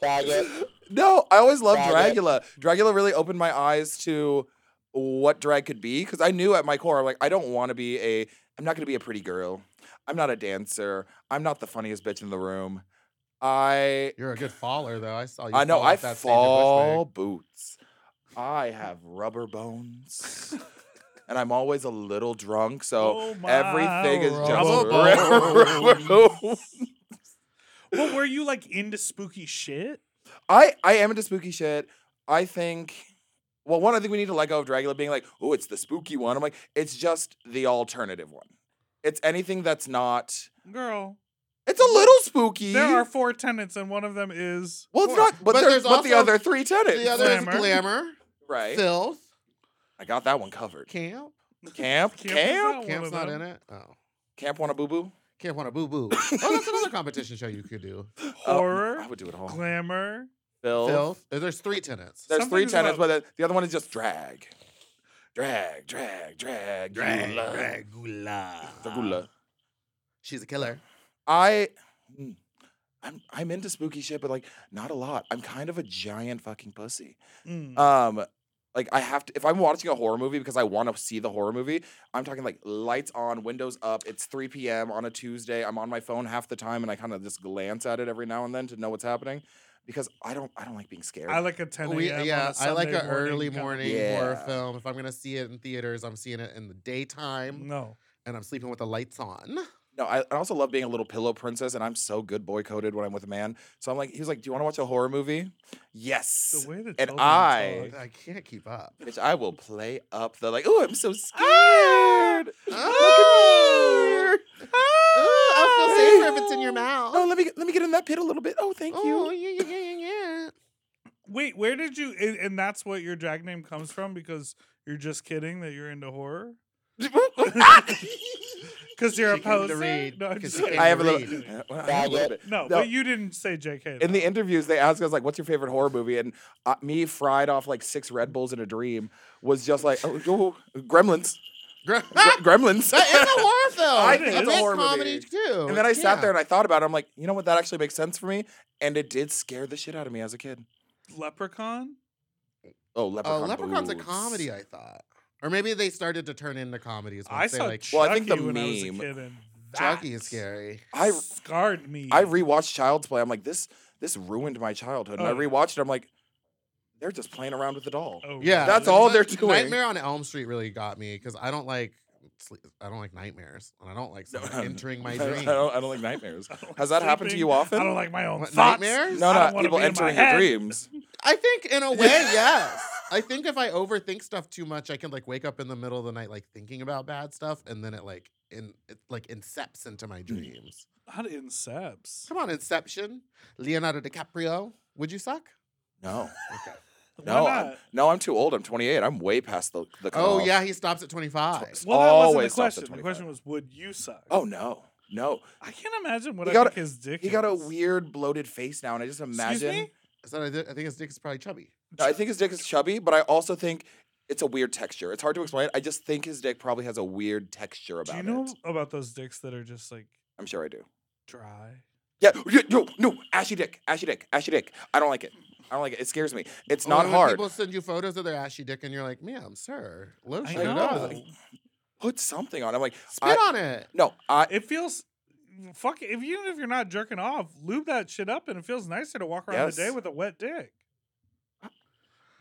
S6: Faggot.
S5: No, I always loved
S6: Dragula.
S5: Dragula. Dragula really opened my eyes to what drag could be because I knew at my core, I'm like, I don't want to be a, I'm not going to be a pretty girl. I'm not a dancer. I'm not the funniest bitch in the room. I,
S1: You're a good faller though. I saw you.
S5: I know
S1: fall off
S5: I
S1: that stage at
S5: fall boots. I have rubber bones, and I'm always a little drunk, so
S2: Oh my
S5: everything is just
S2: rubber
S5: rubber
S2: bones.
S5: bones.
S2: well, were you like into spooky shit?
S5: I I am into spooky shit. I think. Well, one, I think we need to let go of Dragula being like, oh, it's the spooky one. I'm like, it's just the alternative one. It's anything that's not.
S2: Girl,
S5: It's a little spooky.
S2: there
S1: E?
S2: are four tenants, and one of them is
S5: well, it's not, but,
S1: But
S5: there-
S1: there's
S5: but the
S1: also
S5: other three tenants.
S1: Bixby. The other is
S2: Glamour.
S1: glamour,
S5: right.
S1: filth,
S5: I got that one covered.
S1: camp.
S5: Camp,
S2: Camp is
S5: camp,
S2: out. one
S1: Camp's
S2: of
S1: not
S2: them.
S1: in it. Oh,
S5: camp. Want a boo boo?
S1: camp want a boo boo. Oh, that's another competition show you could do.
S2: horror,
S5: Uh, Oh, I would do it all.
S2: glamour.
S5: Bill.
S1: Filth. Uh, There's three tenants.
S5: There's
S2: Something
S5: three
S2: is
S5: tenants,
S2: about-
S5: but the- the other one is just drag, drag, drag, drag, drag, drag, gula.
S1: She's a killer.
S5: I mm, I'm I'm into spooky shit, but like not a lot. I'm kind of a giant fucking pussy.
S2: Mm.
S5: Um like I have to if I'm watching a horror movie because I want to see the horror movie, I'm talking like lights on, windows up, it's 3 p.m. on a Tuesday. I'm on my phone half the time and I kind of just glance at it every now and then to know what's happening. Because I don't I don't like being scared.
S2: I like a 10 a.m.
S1: We,
S2: on
S1: yeah,
S2: a
S1: I like
S2: Sunday
S1: an early
S2: kind of-
S1: morning
S5: Yeah.
S1: horror film. If I'm gonna see it in theaters, I'm seeing it in the daytime,
S2: No,
S1: and I'm sleeping with the lights on.
S5: No, I, I also love being a little pillow princess, and I'm so good boy coded when I'm with a man. So I'm like, he was like, "Do you want to watch a horror movie?" Yes,
S2: the way that
S5: And
S2: children
S5: I-
S2: talk.
S1: I can't keep up.
S5: bitch. I will play up the like. Oh, I'm
S1: Ah!
S5: so scared.
S1: Oh, Ah! I feel safer if it's in your
S5: Oh,
S1: mouth.
S5: let me get- let me get in that pit a little bit. Oh, thank
S1: Oh,
S5: you.
S1: yeah, yeah, yeah, yeah, yeah.
S2: Wait, where did you? And, and that's what your drag name comes from because you're just kidding that you're into horror.
S1: Oh,
S2: Because you're
S1: She
S2: a
S1: came to
S2: poser.
S1: read,
S2: No, I'm
S1: 'cause
S2: just
S1: she
S2: kidding.
S1: came
S5: I have a
S1: Read.
S5: little. uh, well, I have a little bit.
S2: no,
S5: No.
S2: but you didn't say JK.
S5: In the
S2: though.
S5: interviews, they ask us like, "What's your favorite horror movie?" And uh, me fried off like six Red Bulls in a dream was just like, "Oh, oh, Gremlins,
S1: Gra-
S5: Gre- Gremlins."
S1: Ah! That is a horror film.
S5: I
S2: think it's
S1: it's
S2: a
S1: a
S5: horror
S1: comedy
S5: movie.
S1: too.
S5: And then I sat
S1: Yeah.
S5: there and I thought about it. I'm like, you know what? That actually makes sense for me. And it did scare the shit out of me as a kid.
S2: Leprechaun.
S5: Oh,
S1: Oh,
S5: Leprechaun.
S1: Leprechaun's a
S5: Boots.
S1: comedy, I thought, or maybe they started to turn into comedies. Once
S2: I
S1: they,
S2: saw
S1: like
S2: Chucky
S5: Well, I think the
S2: when I was a
S5: meme-
S2: kid, and
S1: Chucky
S2: that
S1: is scary.
S5: I
S2: scarred me.
S5: I rewatched Child's Play. I'm like, this this ruined my childhood. And
S2: Oh,
S5: I
S2: yeah.
S5: rewatched it. I'm like, they're just playing around with the doll.
S2: Oh,
S1: Yeah,
S5: That's
S1: like,
S5: all they're
S1: Night-
S5: doing.
S1: Nightmare on Elm Street really got me because I don't like sleep, I don't like nightmares and I don't like
S5: No,
S1: someone
S5: I'm-
S1: entering my
S5: I, don't-
S1: dream.
S5: I don't I don't like nightmares.
S2: I don't like
S5: Has that happened to
S2: sleeping.
S5: you often?
S2: I don't like my own
S1: What,
S2: thoughts.
S1: nightmares?
S5: No,
S2: I don't
S5: not
S2: wanna
S5: people
S2: be in my
S5: entering your
S2: head.
S5: dreams.
S1: I think in a way, yes. I think if I overthink stuff too much, I can like wake up in the middle of the night like thinking about bad stuff, and then it like in it like incepts into my
S5: Hmm.
S1: dreams.
S2: Not incepts.
S1: Come on, Inception, Leonardo DiCaprio. Would you suck?
S5: No,
S1: Okay.
S5: no,
S2: Why
S5: I'm,
S2: not?
S5: no. I'm too old. I'm 28. I'm way past the the.
S1: Oh
S5: cutoff.
S1: yeah, he stops at twenty five.
S5: Tw-
S2: Well, that wasn't
S5: always
S2: the
S5: stops at
S2: question. The
S5: 25.
S2: question was, would you suck?
S5: Oh no, No,
S2: I can't imagine what
S5: He
S2: I
S5: got a-
S2: think his dick.
S5: he got a
S2: is.
S5: weird bloated face now, and I just
S2: Excuse
S5: imagine.
S2: me?
S1: So I, thi- I think his dick is probably chubby.
S5: I think his dick is chubby, but I also think it's a weird texture. It's hard to explain. I just think his dick probably has a weird texture about
S2: Do you know
S5: it.
S2: about those dicks that are just like
S5: I'm sure I do.
S2: dry?
S5: Yeah, yeah, no, no, ashy dick, ashy dick, ashy dick. I don't like it. I don't like it. It scares me. It's
S1: Or
S5: not
S1: Oh, when
S5: hard.
S1: People send you photos of their ashy dick, and you're like, "Ma'am, sir,
S2: I
S1: lotion it
S2: know.
S1: up, spit
S5: Put something on. I'm like, I-
S1: on it."
S5: no, I.
S2: It feels fuck. If even if you're not jerking off, lube that shit up, and it feels nicer to walk around
S5: Yes.
S2: the day with a wet dick.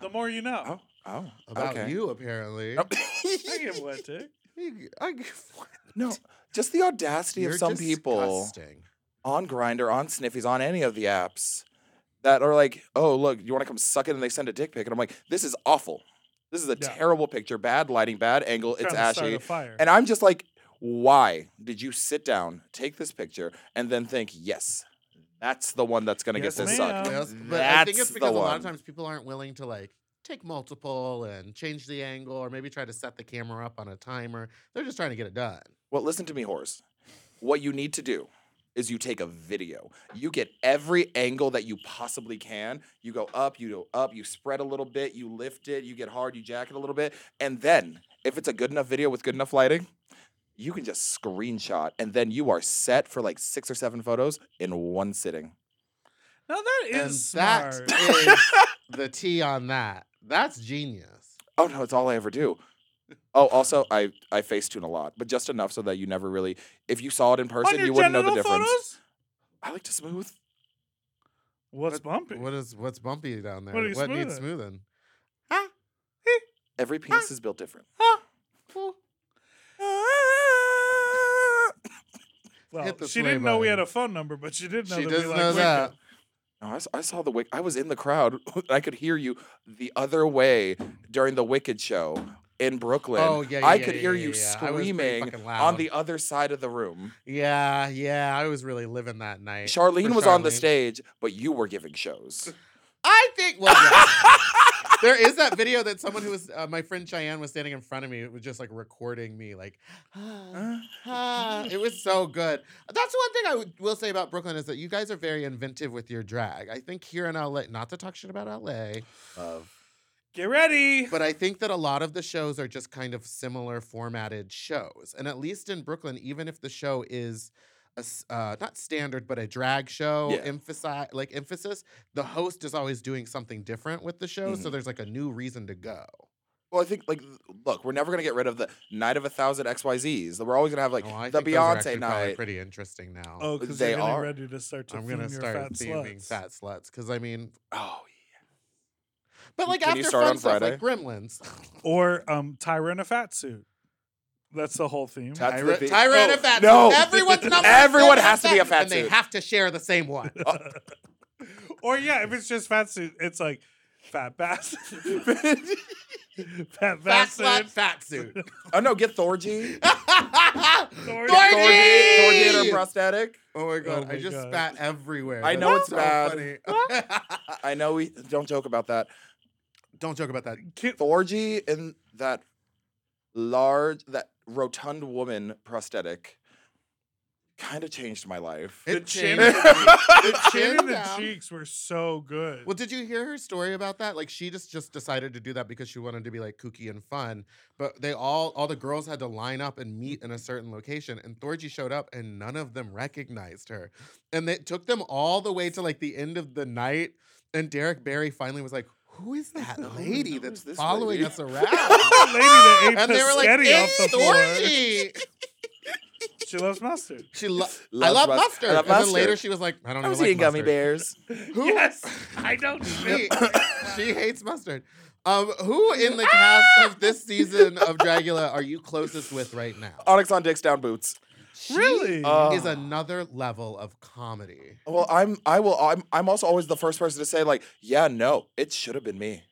S2: The more you
S5: Oh,
S2: know.
S5: oh,
S1: About
S5: okay.
S1: you, apparently.
S5: No.
S2: I give a wet dick.
S1: You- I give-
S5: no, just the audacity
S1: You're
S5: of some people
S1: disgusting.
S5: on Grinder, on Sniffies, on any of the apps that are like, oh, look, you want to come suck it? And they send a dick pic. And I'm like, this is awful. This is a
S2: Yeah.
S5: terrible picture, bad lighting, bad angle. It's
S2: Trying to start
S5: ashy.
S2: a fire.
S5: And I'm just like, why did you sit down, take this picture, and then think, yes, that's the one that's going to
S2: Yes,
S5: get this
S2: ma'am.
S5: sucked?
S1: Yes, but I think
S5: That's
S1: it's
S5: the
S1: because a lot
S5: one.
S1: of times people aren't willing to like take multiple and change the angle, or maybe try to set the camera up on a timer. They're just trying to get it done.
S5: Well, listen to me, Horace. What you need to do is you take a video. You get every angle that you possibly can. You go up, you go up, you spread a little bit, you lift it, you get hard, you jack it a little bit. And then, if it's a good enough video with good enough lighting, you can just screenshot and then you are set for like six or seven photos in one sitting.
S2: Now that
S1: and
S2: is
S1: that
S2: smart.
S1: is the T on that. That's genius.
S5: Oh no, it's all I ever do. Oh, also I I Facetune a lot, but just enough so that you never really if you saw it in person,
S2: On your
S5: you wouldn't know the
S2: genital
S5: difference.
S2: photos?
S5: I like to smooth.
S2: What's bumpy?
S1: What is what's bumpy down there?
S2: What are you
S1: needs
S2: smoothing?
S1: smoothing?
S5: Every
S1: Ah.
S5: penis is built different.
S2: Well,
S1: Hit the
S2: she
S1: play
S2: didn't know we had
S1: button.
S2: a phone number, but she did know
S1: She
S2: that
S1: doesn't
S2: we like
S1: know
S2: Wicca.
S1: that.
S5: No, I, s- I saw the wick. I was in the crowd. I could hear you the other way during the Wicked show in Brooklyn.
S1: Oh yeah, yeah
S5: I
S1: yeah,
S5: could
S1: yeah,
S5: hear
S1: yeah,
S5: you
S1: yeah. I was pretty
S5: screaming
S1: fucking
S5: on
S1: loud.
S5: the other side of the room.
S1: Yeah, yeah. I was really living that night.
S5: Charlene
S1: for
S5: was on the
S1: Charlene.
S5: stage, but you were giving shows.
S1: I think. Well, yeah. there is that video that someone who was uh, my friend Cheyenne was standing in front of me. It was just like recording me, like.
S2: Uh.
S1: Ah, it was so good. That's one thing I would, will say about Brooklyn is that you guys are very inventive with your drag. I think here in LA, not to talk shit about LA,
S2: Get ready.
S1: but I think that a lot of the shows are just kind of similar formatted shows. And at least in Brooklyn, even if the show is a s uh, not standard, but a drag show,
S5: Yeah.
S1: emphasize like emphasis, the host is always doing something different with the show.
S5: Mm-hmm.
S1: So there's like a new reason to go.
S5: Well, I think like th- look, we're never gonna get rid of the night of a thousand XYZs. We're always gonna have like
S1: Oh, I
S5: the
S1: think those are actually
S5: Beyonce
S1: probably
S5: night.
S1: pretty interesting now.
S2: Oh, because
S5: They
S2: you're getting
S5: are.
S2: ready to start to
S1: I'm
S2: going
S1: gonna
S2: to
S1: start
S2: fat
S1: theming
S2: sluts.
S1: fat sluts because I mean,
S5: Oh,
S1: but like
S5: Can
S1: after
S5: you start
S1: fun
S5: on
S1: stuff like Gremlins,
S2: Or um, Tyra in a fat suit. That's the whole theme.
S5: That's the
S1: Tyra,
S5: thing.
S1: Tyra in a
S5: No,
S1: fat
S5: no.
S1: suit. Everyone's number.
S5: Everyone
S1: is
S5: has to be a fat
S1: and They
S5: suit.
S1: have to share the same one.
S2: or yeah, if it's just fat suit, it's like fat bass. fat
S1: Fat
S2: bass
S1: slut,
S2: suit.
S1: fat suit.
S5: oh no, get Thorgy.
S1: Thorgy!
S5: Thorgy in her prosthetic.
S1: Oh my god,
S2: Oh
S1: I
S2: my
S1: just
S2: God.
S1: spat everywhere.
S5: I know
S1: That's
S5: it's bad.
S1: funny.
S5: I know we don't joke about that.
S1: Don't joke about that.
S2: Ki-
S5: Thorgy in that large, that rotund woman prosthetic kind of changed my life.
S2: The
S1: It
S2: chin-
S1: changed.
S2: the chin and the
S1: down.
S2: cheeks were so good.
S1: Well, did you hear her story about that? Like she just just decided to do that because she wanted to be like kooky and fun. But they all all the girls had to line up and meet in a certain location, and Thorgy showed up, and none of them recognized her. And it took them all the way to like the end of the night, and Derek Barry finally was like, "Who is that lady
S5: who
S1: that's
S5: is Oh, this
S1: following
S5: lady?"
S1: us around?"
S2: The lady that ate
S1: and they were like,
S2: Pescetti off the
S1: "It's
S2: floor.
S1: Thorgy."
S2: She loves mustard.
S1: She lo- I
S5: Loves
S1: love
S5: mus-
S1: mustard.
S5: I love
S1: and then later
S5: mustard.
S1: she was like, "I don't
S5: I
S1: even
S5: was
S1: like
S5: eating gummy
S1: mustard."
S5: bears.
S1: Who?
S2: Yes, I don't.
S1: she, she hates mustard. Um, who in the cast of this season of Dragula are you closest with right now?
S5: Onyx on dicks down boots.
S1: She uh,
S2: really?
S1: is
S5: Oh.
S1: another level of comedy.
S5: Well, I'm. I will. I'm. I'm also always the first person to say like, yeah, no, it should have been me.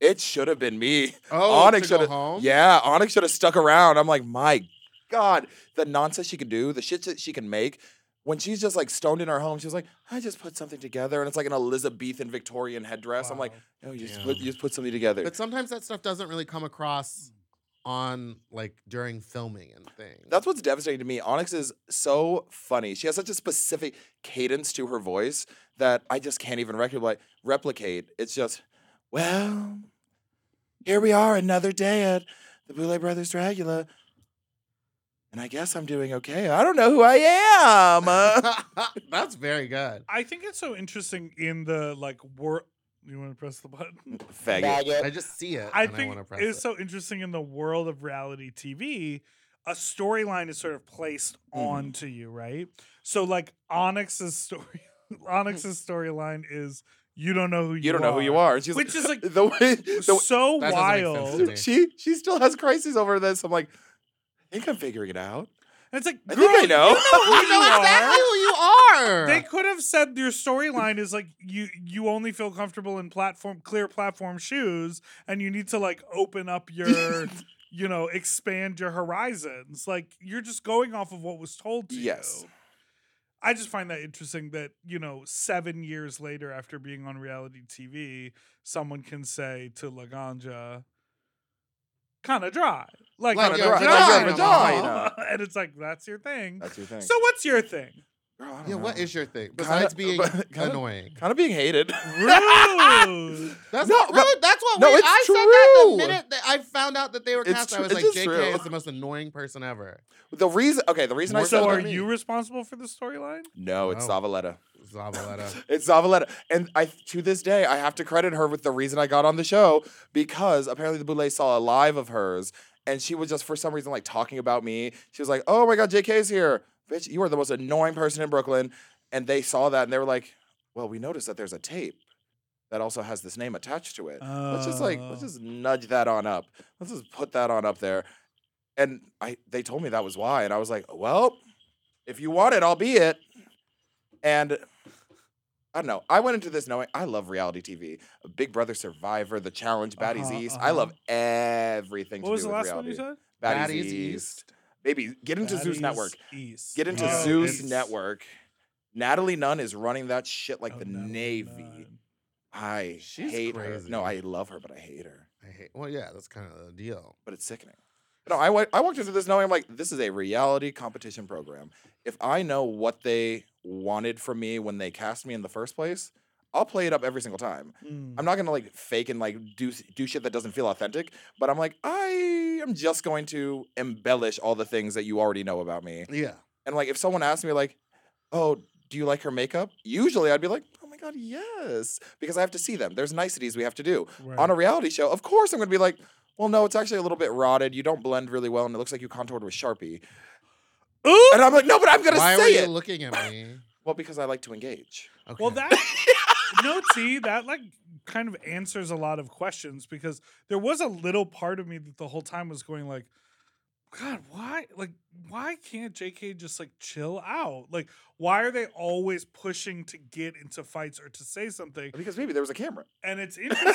S5: It should have been me.
S1: Oh,
S5: Onyx
S1: to go
S5: shoulda-
S1: home.
S5: Yeah, Onyx should have stuck around. I'm like, my God, the nonsense she can do, the shit that she can make. When she's just like stoned in her home, she's like, I just put something together, and it's like an Elizabethan Victorian headdress. I'm like,
S2: Wow.
S5: no, you just
S1: Damn.
S5: put you just put something together.
S1: But sometimes that stuff doesn't really come across on like during filming and things.
S5: That's what's devastating to me. Onyx is so funny. She has such a specific cadence to her voice that I just can't even repli- replicate. It's just, well, here we are, another day at the Boulay Brothers Dragula. And I guess I'm doing okay. I don't know who I am. Uh,
S1: That's very good.
S2: I think it's so interesting in the like war. You want to press the button?
S5: faggot.
S1: I
S6: Faggot.
S1: just see it.
S2: I
S1: and
S2: think
S1: want to press
S2: it's
S1: it.
S2: so interesting in the world of reality TV. A storyline is sort of placed
S1: Mm-hmm.
S2: onto you, right? So like Onyx's story, Onyx's storyline is you don't know who you,
S5: You don't know who you are. And She's
S2: which is like
S5: the way, the
S2: so
S1: That doesn't make sense to
S2: wild.
S1: me.
S5: way she she still has crises over this. I'm like, I think I'm figuring it out.
S2: And it's like,
S5: I
S2: girl,
S5: think I know.
S1: I know exactly who you
S2: you are.
S1: are.
S2: They could have said your storyline is like you you only feel comfortable in platform clear platform shoes, and you need to like open up your you know expand your horizons. Like you're just going off of what was told to
S5: Yes.
S2: you. I just find that interesting that you know seven years later after being on reality TV, someone can say to Laganja, "Kind of dry." Like,
S1: Like,
S2: kinda
S1: you're
S2: dry,
S1: dry,
S2: mama."
S5: dry.
S2: and it's like that's your thing.
S5: That's your thing.
S2: So what's your thing?
S5: Girl, I don't
S1: yeah, what
S5: know.
S1: is your thing besides being
S5: but- kinda-
S1: annoying?
S5: kind of being hated?
S2: Rude.
S1: That's
S5: No,
S1: not
S5: but-
S1: really, that's what
S5: no,
S1: we,
S5: it's
S1: I said that
S5: true.
S1: the minute that I found out that they were
S5: It's
S1: cast. I
S5: tru-
S1: was
S5: it's
S1: like,
S5: just
S1: JK
S5: true.
S1: is the most annoying person ever.
S5: The reason, okay, the reason I
S1: More
S5: said
S2: So
S1: so
S2: are
S1: than me.
S2: you responsible for the storyline?
S5: no, it's
S1: Wow.
S5: Zavaleta.
S1: Zabaleta.
S5: It's Zavaleta, and I to this day I have to credit her with the reason I got on the show because apparently the Boulay saw a live of hers, and she was just for some reason like talking about me. She was like, "Oh my God, JK's here, bitch! You are the most annoying person in Brooklyn," and they saw that and they were like, "Well, we noticed that there's a tape." That also has this name attached to it. let's just like let's
S2: Oh.
S5: just nudge that on up. Let's just put that on up there. And I they told me that was why, and I was like, well, if you want it, I'll be it. And I don't know. I went into this knowing I love reality TV, Big Brother Survivor, The Challenge, Baddies
S2: Uh-huh,
S5: East. I
S2: uh-huh.
S5: love everything
S2: Uh, What
S5: to
S2: was the
S5: do with
S2: last
S5: reality.
S2: one you said?
S5: Baddies,
S1: Baddies
S5: East.
S1: East.
S5: Baby, get into Zeus
S2: Baddies
S5: Network.
S2: East.
S5: Get into
S2: Oh,
S5: Zeus
S2: it's-
S5: Network. Natalie Nunn is running that shit like
S2: oh,
S5: the
S2: no,
S5: Navy.
S2: none.
S5: I
S1: She's
S5: hate her. No, I
S1: crazy.
S5: love her, but I hate her.
S1: I hate. Well, yeah, that's kind of the deal.
S5: but it's sickening. No, I, wa- I walked into this knowing I'm like, this is a reality competition program. If I know what they wanted from me when they cast me in the first place, I'll play it up every single time.
S2: Mm.
S5: I'm not gonna like fake and like do s- do shit that doesn't feel authentic. But I'm like, I am just going to embellish all the things that you already know about me.
S1: Yeah.
S5: And like, if someone asked me like, oh, do you like her makeup? Usually, I'd be like, oh my god, yes, because I have to see them. There's niceties we have to do
S2: Right.
S5: on a reality show, of course I'm going to be like, well, no, it's actually a little bit rotted. You don't blend really well, and it looks like you contoured with Sharpie.
S2: Ooh!
S5: And I'm like, no, but I'm going to
S1: Why
S5: say
S1: were
S5: it.
S1: you looking at me?
S5: well, because I like to engage.
S1: Okay.
S2: Well, that no T that like kind of answers a lot of questions because there was a little part of me that the whole time was going like, God, why like why can't JK just like chill out? Like why are they always pushing to get into fights or to say something?
S5: Because maybe there was a camera.
S2: and it's interesting.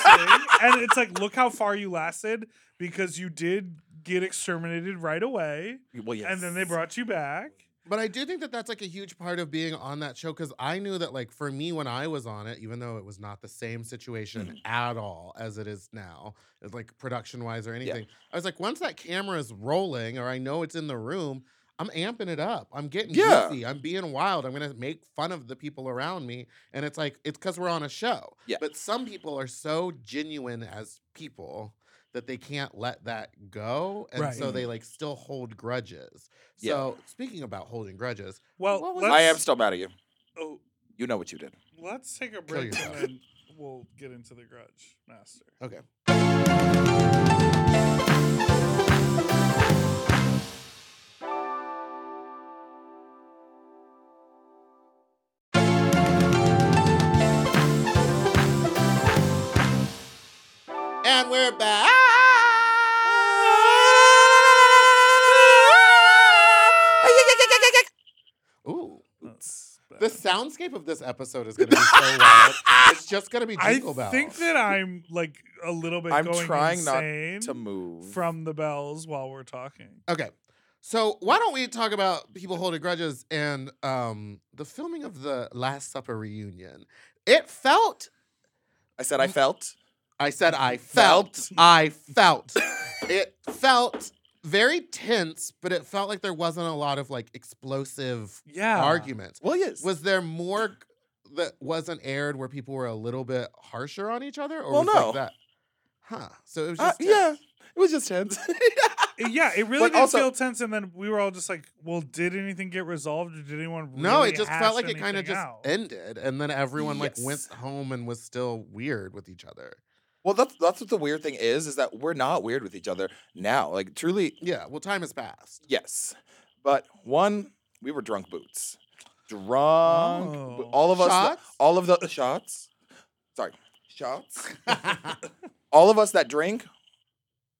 S2: and it's like, look how far you lasted because you did get exterminated right away,
S5: Well, yes.
S2: and then they brought you back.
S1: But I do think that that's like a huge part of being on that show because I knew that like for me when I was on it, even though it was not the same situation
S5: Mm-hmm.
S1: at all as it is now, as like production wise or anything, I was like, once that camera is rolling or I know it's in the room, I'm amping it up. I'm getting
S5: Yeah.
S1: goofy. I'm being wild. I'm gonna make fun of the people around me, and it's like it's because we're on a show.
S5: Yeah.
S1: But some people are so genuine as people that they can't let that go, and
S2: Right.
S1: so they like still hold grudges.
S5: Yeah.
S1: So speaking about holding grudges,
S2: Well,
S1: What was-
S2: let's,
S5: I am still mad at you.
S2: Oh,
S5: You know what you did.
S2: let's take a break and
S1: yourself.
S2: then we'll get into the grudge, master.
S1: okay. And we're back. Ooh.
S2: That's bad.
S1: The soundscape of this episode is going to be so loud. It's just going to be
S2: I
S1: jingle bells.
S2: think that I'm like a little bit.
S5: I'm
S2: going
S5: trying not
S2: insane
S5: To move.
S2: from the bells while we're talking.
S1: Okay. So why don't we talk about people holding grudges and um, the filming of the Last Supper reunion? It felt.
S5: I said I felt.
S1: I said I felt. I felt.
S4: It
S1: felt very tense, but it felt like there wasn't a lot of like explosive
S2: Yeah.
S1: arguments.
S5: Well, yes.
S1: Was there more g- that wasn't aired where people were a little bit harsher on each other? Or
S5: Well,
S1: was
S5: no.
S1: like that? Huh. So it was
S5: Uh,
S1: just tense.
S5: yeah, it was just tense.
S2: Yeah, it really
S5: But
S2: did
S5: also-
S2: feel tense, and then we were all just like, "Well, did anything get resolved, or did anyone?" Really
S1: No, it just felt
S2: hash
S1: like it kind of
S2: anything
S1: just
S2: out?
S1: ended, and then everyone like went
S5: Yes.
S1: home and was still weird with each other.
S5: well, that's that's what the weird thing is, is that we're not weird with each other now. Like truly,
S1: Yeah, well, time has passed.
S5: yes. But one, we were drunk boots, drunk. bo-
S2: Oh.
S5: All of us, that-
S1: Shots?
S5: all of the shots. Sorry, shots. all of us that drink,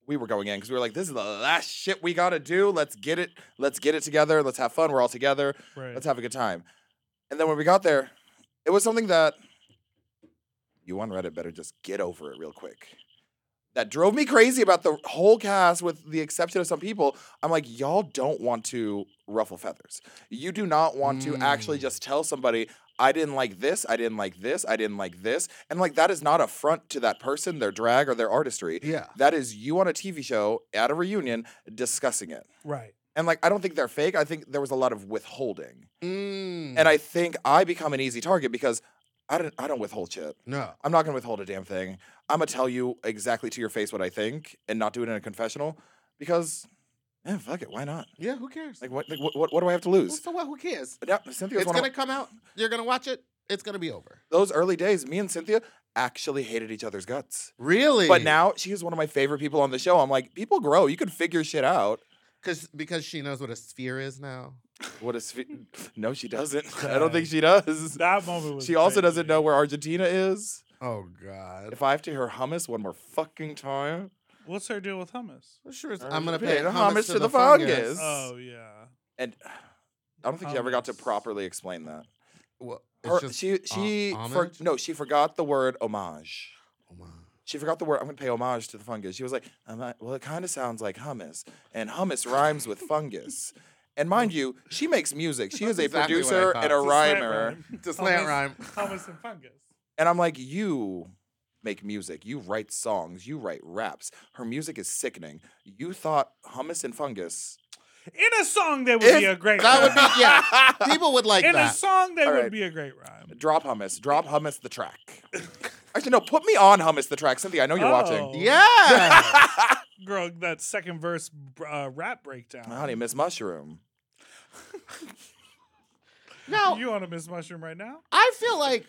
S5: we were going in because we were like, "This is the last shit we gotta do. Let's get it. Let's get it together. Let's have fun. We're all together.
S2: Right.
S5: Let's have a good time." And then when we got there, it was something that you on Reddit better just get over it real quick. That drove me crazy about the whole cast, with the exception of some people. I'm like, y'all don't want to ruffle feathers. You do not want to actually
S1: Mm.
S5: just tell somebody, I didn't like this, I didn't like this, I didn't like this. And like, that is not a front to that person, their drag, or their artistry.
S1: yeah.
S5: That is you on a TV show at a reunion discussing it.
S2: right.
S5: And like, I don't think they're fake. I think there was a lot of withholding.
S1: Mm,
S5: And I think I become an easy target because I don't, I don't withhold shit.
S1: no.
S5: I'm not going to withhold a damn thing. I'm going to tell you exactly to your face what I think and not do it in a confessional because, eh, fuck it. Why not?
S1: Yeah, who cares?
S5: Like, what, like, what, what, what do I have to
S1: Well,
S5: lose?
S1: so what? Who cares?
S5: But yeah, Cynthia was
S1: It's
S5: one of-
S1: gonna come out. You're gonna watch it. It's gonna be over.
S5: those early days, me and Cynthia actually hated each other's guts.
S1: Really?
S5: But now she is one of my favorite people on the show. I'm like, people grow. You can figure shit out.
S1: because because she knows what a sphere is now.
S5: What is? no, she doesn't. I don't think she does.
S2: That moment was.
S5: She also
S2: crazy.
S5: doesn't know where Argentina is.
S1: Oh God.
S5: If I have to hear hummus one more fucking time,
S2: What's her deal with hummus?
S1: Sure, is-
S5: Uh,
S1: I'm gonna
S5: pay
S1: pay
S5: the
S1: homage,
S5: homage
S1: to,
S5: to
S1: the,
S5: the
S1: fungus.
S5: fungus.
S2: Oh yeah.
S5: and I don't think she ever got to
S2: Hummus.
S5: properly explain that.
S1: Well, it's
S5: Her,
S1: just uh,
S5: she she for,
S1: homage?
S5: no, she forgot the word homage.
S1: Homage.
S5: She forgot the word. I'm gonna pay homage to the fungus. She was like, "Am I- well, it kind of sounds like hummus, and hummus rhymes with fungus. And mind you, she makes music. She is a
S1: That's exactly what I
S5: producer
S1: thought.
S5: and a
S1: It's
S2: It's a slant
S5: rhymer.
S2: rhyme.
S1: It's a slant rhyme.
S2: Hummus and fungus.
S5: And I'm like, you make music. You write songs. You write raps. Her music is sickening. You thought hummus and fungus.
S2: In a song, that would
S5: If-
S2: be a great.
S1: That would
S2: rhyme.
S1: be yeah. People would like
S2: In a
S1: that.
S2: song, that
S5: All
S2: would
S5: right.
S2: be a great rhyme.
S5: Drop hummus. Drop hummus the track. Actually, no, put me on hummus the track. Cynthia, I know you're
S2: Oh.
S5: watching.
S1: yeah.
S2: Girl, that second verse uh, rap breakdown.
S5: Honey, Miss Mushroom.
S1: now
S2: You want to miss mushroom right now?
S1: I feel like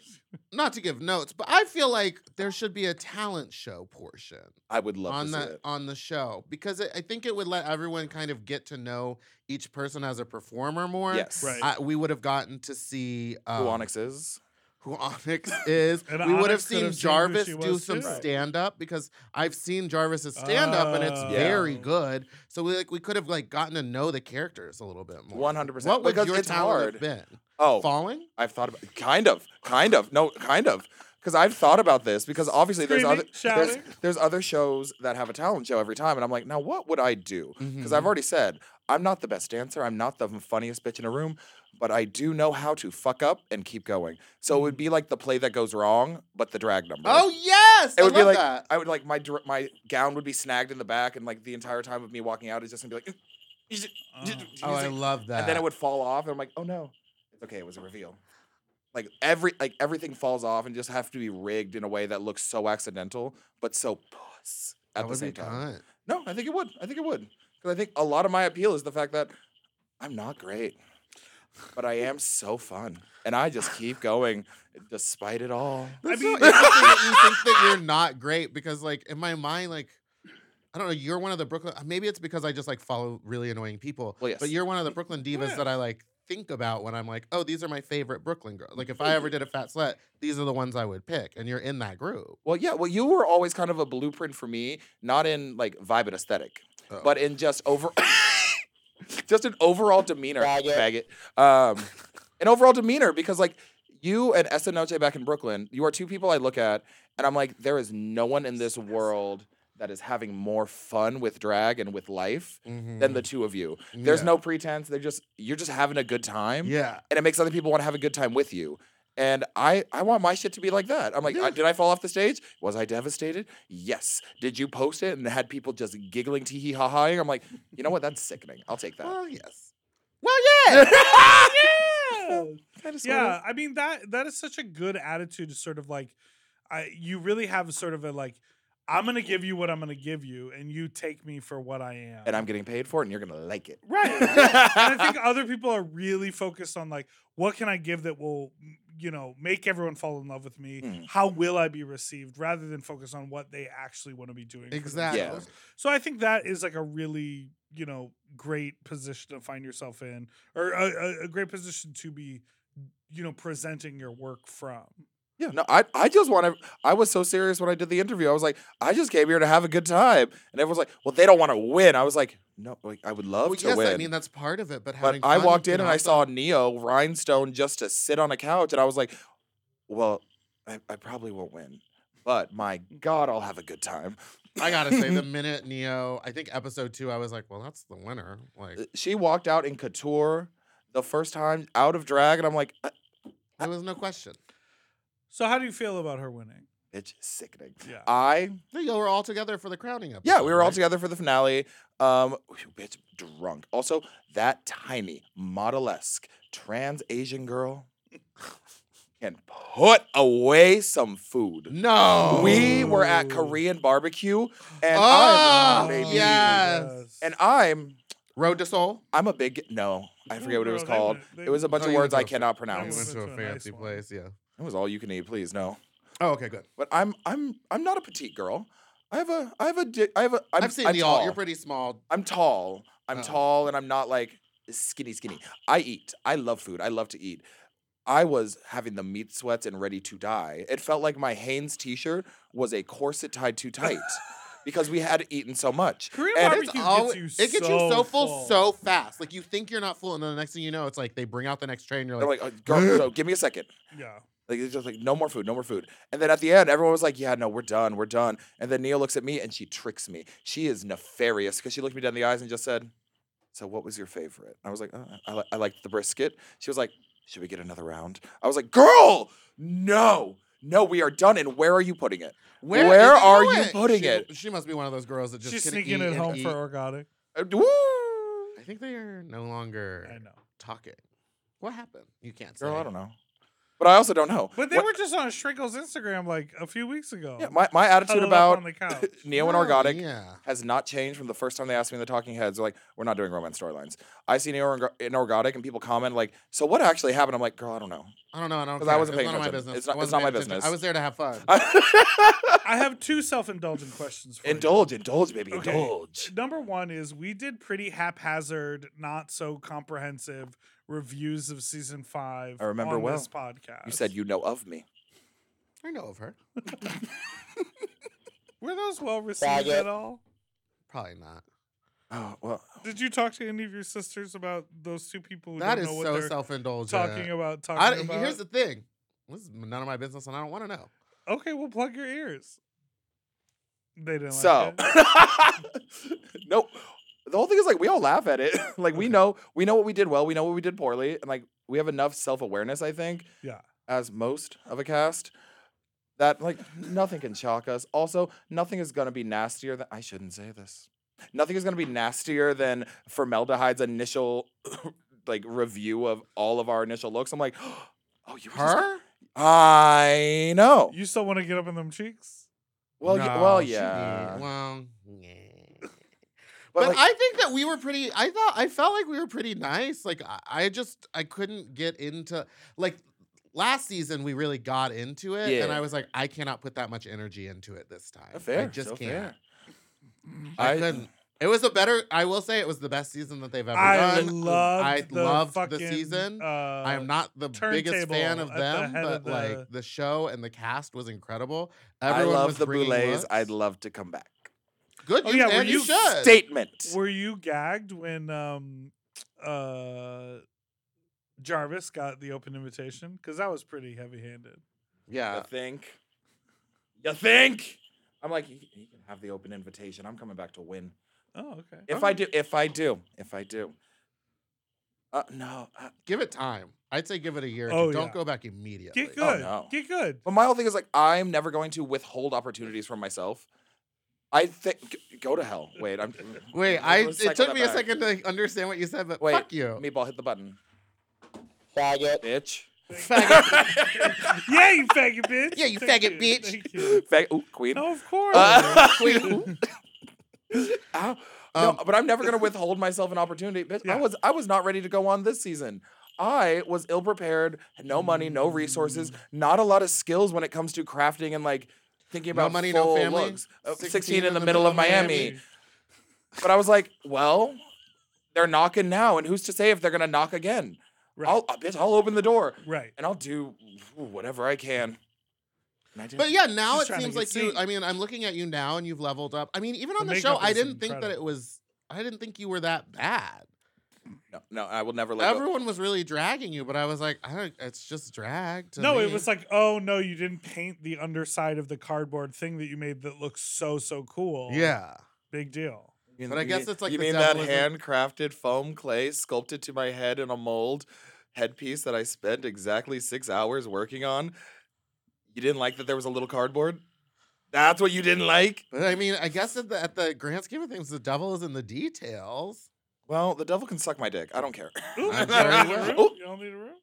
S1: not to give notes, but I feel like there should be a talent show portion
S5: I would love
S1: on
S5: to see
S1: the
S5: it.
S1: on the show because it, I think it would let everyone kind of get to know each person as a performer more.
S5: Yes.
S2: Right.
S1: I, we would have gotten to see um,
S5: Who Onyx is?
S1: who Onyx is.
S2: And
S1: we would have
S2: Onyx could
S1: seen
S2: have seen who
S1: Jarvis
S2: she
S1: do
S2: was,
S1: some
S2: too. Right.
S1: stand up because I've seen Jarvis's stand up and it's
S2: Oh.
S1: very
S2: Yeah.
S1: good. So we like we could have like gotten to know the characters a little bit more.
S5: 100%,
S1: What would
S5: because
S1: your
S5: it's
S1: talent
S5: hard.
S1: have been?
S5: Oh,
S1: Falling?
S5: I've thought about kind of, kind of, no, kind of, because I've thought about this because obviously there's other
S2: Screaming,
S5: there's,
S2: shouting.
S5: there's other shows that have a talent show every time, and I'm like, now what would I do? Because
S2: Mm-hmm.
S5: I've already said I'm not the best dancer, I'm not the funniest bitch in a room, but I do know how to fuck up and keep going. So it
S2: Mm-hmm.
S5: would be like the play that goes wrong, but the drag number.
S1: Oh yes,
S5: It would
S1: I love
S5: be like
S1: that.
S5: I would like my dr- my gown would be snagged in the back, and like the entire time of me walking out is just gonna be like,
S2: Oh.
S1: Oh, I love that.
S5: and then it would fall off, and I'm like, oh no, it's okay, it was a reveal. Like every like everything falls off and just have to be rigged in a way that looks so accidental, but so puss
S1: That
S5: at the
S1: would
S5: same
S1: be
S5: time.
S1: cunt.
S5: No, I think it would. I think it would because I think a lot of my appeal is the fact that I'm not great, but I am so fun, and I just keep going despite it all.
S1: That's so interesting that you think that you're not great because, like, in my mind, like, I don't know, you're one of the Brooklyn. Maybe it's because I just like follow really annoying people.
S5: Well, yes.
S1: But you're one of the Brooklyn divas
S2: Yeah.
S1: that I like think about when I'm like, oh, these are my favorite Brooklyn girls. Like, if I ever did a fat slut, these are the ones I would pick, and you're in that group.
S5: Well, yeah. Well, you were always kind of a blueprint for me, not in like vibe and aesthetic,
S1: Oh.
S5: but in just over, just an overall demeanor.
S6: Faggot.
S5: Faggot. Um, an overall demeanor because like you and Esanoche back in Brooklyn, you are two people I look at, and I'm like, there is no one in this world that is having more fun with drag and with life than the two of you. There's
S1: Mm-hmm. Mm. Yeah.
S5: no pretense. They're just you're just having a good time
S1: yeah.
S5: and it makes other people want to have a good time with you. And I, I want my shit to be like that. I'm like,
S1: Yeah.
S5: I, did I fall off the stage? Was I devastated? Yes. Did you post it and had people just giggling, tee hee ha haing? I'm like, you know what? That's sickening. I'll take that.
S1: Well, yes. Well, Oh, yeah. Oh,
S2: Yeah.
S5: Kinda, sorta.
S2: yeah i mean that that is such a good attitude to sort of like i you really have sort of a like i'm gonna give you what i'm gonna give you and you take me for what i am
S5: And I'm getting paid for it, and you're gonna like it.
S2: right yeah. and i think other people are really focused on like what can i give that will m- you know make everyone fall in love with me
S1: Hmm.
S5: Mm.
S2: how will i be received rather than focus on what they actually want to be doing for
S1: Exactly.
S5: Yeah.
S2: themselves. so i think that is like a really you know great position to find yourself in or a, a, a great position to be you know presenting your work from
S5: Yeah, no, I, I just want to. I was so serious when I did the interview. I was like, I just came here to have a good time, and everyone's like, well, they don't want to win. I was like, no, like I would love
S1: Well,
S5: to
S1: yes,
S5: win.
S1: I mean that's part of it. But,
S5: but
S1: having
S5: I
S1: fun
S5: walked in
S1: can
S5: and I
S1: also-
S5: saw Neo Rhinestone just to sit on a couch, and I was like, well, I, I probably won't win, but my God, I'll have a good time.
S1: I gotta say, the minute Neo, I think episode two, I was like, well, that's the winner. Like
S5: Uh, She walked out in couture the first time out of drag, and I'm like, "Uh,
S1: there was no question.
S2: so how do you feel about her winning
S5: bitch, sickening.
S2: yeah
S5: I
S1: No, you were all together for the crowning episode.
S5: Yeah, we were all
S1: right?
S5: together for the finale. Um, whew, bitch, drunk. Also, that tiny, modelesque, trans Asian girl can put away some food.
S1: No,
S5: We were at
S2: Oh.
S5: Korean barbecue, and
S1: Oh,
S5: I'm baby,
S1: yes.
S5: and I'm
S1: Road to Seoul.
S5: I'm a big no. I forget what it was called. It was a bunch
S1: Oh,
S5: of
S1: you
S5: words
S1: went
S5: I
S1: to a-
S5: cannot
S1: We
S5: pronounce.
S1: went to a
S2: nice
S1: fancy
S2: one.
S1: place. Yeah.
S5: It was all you can eat, please. No,
S1: Oh, okay, good.
S5: but I'm I'm I'm not a petite girl. I have a I have a di- I have a
S1: i
S5: I'm,
S1: have seen
S5: I'm
S1: you all. You're
S5: tall.
S1: pretty small.
S5: I'm tall. I'm
S1: Oh.
S5: tall and I'm not like skinny, skinny. I eat. I love food. I love to eat. I was having the meat sweats and ready to die. It felt like my Hanes t shirt was a corset tied too tight because we had eaten so much.
S2: Korean
S5: And
S1: It's
S2: barbecue
S1: alwa-
S2: gets you
S1: it gets
S2: so
S1: you so full,
S2: full.
S1: so fast. Like you think you're not full, and then the next thing you know, it's like they bring out the next train. You're
S5: They're
S1: like,
S5: like, oh, girl, so give me a second.
S2: yeah
S5: Like, it's just like, no more food, no more food. And then at the end, everyone was like, yeah, no, we're done, we're done. And then Neil looks at me and she tricks me. She is nefarious because she looked me down the eyes and just said, so what was your favorite? I was like, uh, I, li- I liked the brisket. She was like, should we get another round? I was like, girl, no, no, we are done. And where are you putting it?
S1: "Where,
S5: where
S1: is he
S5: are you
S1: going?"
S5: putting
S1: She-
S5: it?
S1: She must be one of those girls that just
S2: she's
S1: can
S2: sneaking
S1: eat
S2: it
S1: and
S2: home
S1: eat.
S2: for organic
S5: Uh, woo.
S1: I think they are no longer
S2: i know
S1: talking. What happened? You can't say.
S5: Girl, I don't know. But I also don't know.
S2: but they
S5: What-
S2: were just on Shrinkle's Instagram like a few weeks ago.
S5: yeah, my, my attitude
S2: Huddled up
S5: about
S2: on the couch.
S5: Neo and
S1: No,
S5: Organic
S1: Yeah.
S5: has not changed from the first time they asked me in the Talking Heads. They're like, we're not doing romance storylines. I see Inorganic and people comment like, so what actually happened? I'm like, girl, I don't know.
S1: I don't know. I don't.
S5: 'Cause I
S1: care.
S5: wasn't
S1: it's none
S5: paying
S1: of my
S5: attention.
S1: business.
S5: It's
S1: I
S5: not- it's
S1: wasn't
S5: not
S1: paying
S5: my
S1: attention.
S5: business.
S1: I was there to have fun.
S2: I have two self-indulgent questions for you.
S5: indulge, indulge, baby,
S2: Okay.
S5: indulge.
S2: Number one is we did pretty haphazard, not so comprehensive reviews of season five.
S5: I remember
S2: on
S5: well.
S2: this podcast.
S5: You said you know of me.
S1: I know of her.
S2: were those well received
S6: Faggot.
S2: at all?
S1: Probably not.
S5: Oh well,
S2: Did you talk to any of your sisters about those two people who
S1: That
S2: don't
S1: is
S2: know what
S1: so
S2: they're
S1: self-indulgent.
S2: talking about? Talking
S1: I,
S2: about.
S1: here's the thing. This is none of my business, and I don't want to know.
S2: okay, well, plug your ears. They didn't.
S5: so
S2: like it.
S5: no. The whole thing is like we all laugh at it. like we know we know what we did well, we know what we did poorly, and like we have enough self awareness, I think.
S2: Yeah.
S5: As most of a cast, that like nothing can shock us. Also, nothing is gonna be nastier than I shouldn't say this. Nothing is gonna be nastier than formaldehyde's initial like review of all of our initial looks. I'm like, oh, you were just-
S1: Her?
S5: I know.
S2: you still want to get up in them cheeks?
S5: Well, yeah,
S1: No,
S5: well,
S1: she-
S5: yeah.
S1: Well, yeah.
S5: But,
S1: But,
S5: like,
S1: I think that we were pretty. I thought I felt like we were pretty nice. Like I, I just I couldn't get into like last season we really got into it, and
S5: Yeah.
S1: I was like, I cannot put that much energy into it this time.
S5: fair.
S1: I just
S5: so
S1: can't.
S5: fair.
S1: I,
S5: I-
S1: couldn't. It was a better. I will say it was the best season that they've ever
S2: I
S1: done.
S2: loved.
S1: I
S2: the
S1: loved
S2: fucking,
S1: the season.
S2: Uh,
S1: I am not the biggest fan
S2: turntable
S1: of
S2: at the
S1: them,
S2: head
S1: but
S2: of the-
S1: like the show and the cast was incredible.
S5: I
S1: Everyone was
S5: love the
S1: bringing
S5: boules.
S1: looks.
S5: I'd love to come back.
S1: Good.
S2: Oh,
S1: you,
S2: yeah,
S1: and
S2: were
S1: you
S2: you
S1: should.
S5: Statement.
S2: Were you gagged when um uh Jarvis got the open invitation? Because that was pretty heavy handed.
S5: You
S1: yeah.
S5: think? You think? I'm like, he, he can have the open invitation. I'm coming back to win.
S2: Oh, okay.
S5: If I do, if I do, if I do. Uh, no, uh,
S1: Give it time. I'd say give it a year. or
S2: Oh,
S1: two. Don't
S2: yeah.
S1: go back immediately.
S2: Get good.
S5: Oh, no.
S2: Get good.
S5: But my whole thing is like I'm never going to withhold opportunities from myself. I think go to hell. Wait, I'm
S1: Wait, I
S5: Recycle
S1: it took
S5: that
S1: me a
S5: back.
S1: second to understand what you said, but
S5: Wait.
S1: fuck you.
S5: meatball hit the button,
S6: faggot,
S5: bitch.
S1: Faggot.
S2: yeah, you faggot bitch.
S1: Yeah, you
S2: Thank
S1: faggot bitch.
S2: Thank you.
S5: Fag- ooh, queen.
S2: No, of course.
S5: Uh,
S1: Wait,
S5: Ow.
S1: Um,
S5: no, but I'm never gonna withhold myself an opportunity. Bitch,
S2: Yeah.
S5: I was I was not ready to go on this season. I was ill prepared, no money, no resources,
S1: Mm.
S5: not a lot of skills when it comes to crafting and like thinking
S1: No
S5: about
S1: money, no
S5: full
S1: family,
S5: looks. Uh, 16, in the middle of Miami. But I was like, well, they're knocking now, and who's to say if they're gonna knock again?
S2: Right.
S5: I'll uh, bitch, I'll open the door
S2: right.
S5: and I'll do whatever I can. And I did.
S1: But yeah, now
S2: Just
S1: it
S2: trying to
S1: seems
S2: get
S1: like you.
S2: seen.
S1: I mean, I'm looking at you now, and you've leveled up. I mean, even on
S2: The
S1: the, show,
S2: makeup
S1: I
S2: is
S1: didn't think that it
S2: incredible.
S1: was. I didn't think you were that bad.
S5: no, no, I will never let go.
S1: Everyone was really dragging you, but I was like, I don't. It's just drag. to
S2: No, it
S1: me.
S2: was like, oh no, you didn't paint the underside of the cardboard thing that you made that looks so so cool.
S1: yeah.
S2: big deal.
S5: You mean-
S1: But I
S5: you
S1: guess
S5: mean-
S1: it's like
S5: you
S1: the
S5: mean that
S1: devil is in-
S5: handcrafted foam clay sculpted to my head in a mold headpiece that I spent exactly six hours working on. You didn't like that there was a little cardboard. That's what you didn't like.
S1: But I mean, I guess at the, at the grand scheme of things, the devil is in the details.
S5: Well, the devil can suck my dick. I don't care.
S2: Ooh,
S1: I'm
S2: you don't
S1: sorry.
S2: need a room?
S5: Ooh.
S2: You don't need a room.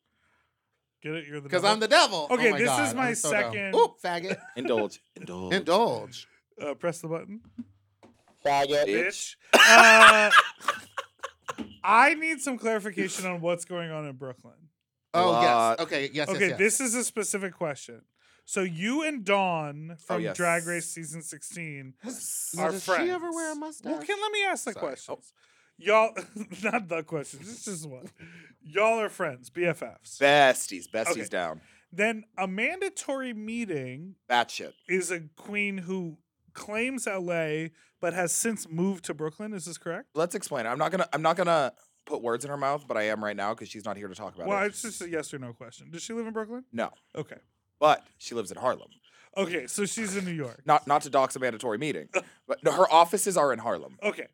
S2: Get it? You're the
S1: Because
S2: devil?
S1: I'm the devil. Oh
S2: Okay,
S1: my
S2: this is
S1: God,
S2: my
S1: I'm so dumb.
S2: second-
S1: Oop, faggot.
S5: Indulge. Indulge.
S1: Indulge.
S2: uh, press the button.
S6: faggot,
S5: Bitch.
S2: Uh, I need some clarification on what's going on in Brooklyn.
S1: Oh
S5: Lot.
S1: yes. Okay. Yes.
S2: Okay,
S1: yes, yes.
S2: this is a specific question. So you and Dawn from
S5: yes.
S2: Drag Race season sixteen
S1: Has-
S2: Our
S1: does she ever wear a
S2: friends.
S1: mustache?
S2: Well, can let me ask the
S5: Sorry.
S2: question. Y'all, not the questions. It's just one. Y'all are friends, BFFs.
S5: Besties. Besties
S2: Okay.
S5: down.
S2: then a mandatory meeting
S5: Batshit.
S2: is a queen who claims LA but has since moved to Brooklyn. Is this correct?
S5: Let's explain. I'm not gonna. I'm not gonna put words in her mouth, but I am right now because she's not here to talk about
S2: well,
S5: it.
S2: it's just a yes or no question. Does she live in Brooklyn?
S5: No,
S2: Okay.
S5: but she lives in Harlem.
S2: Okay, so she's in New York.
S5: Not not to dox a mandatory meeting, but no, her offices are in Harlem.
S2: Okay.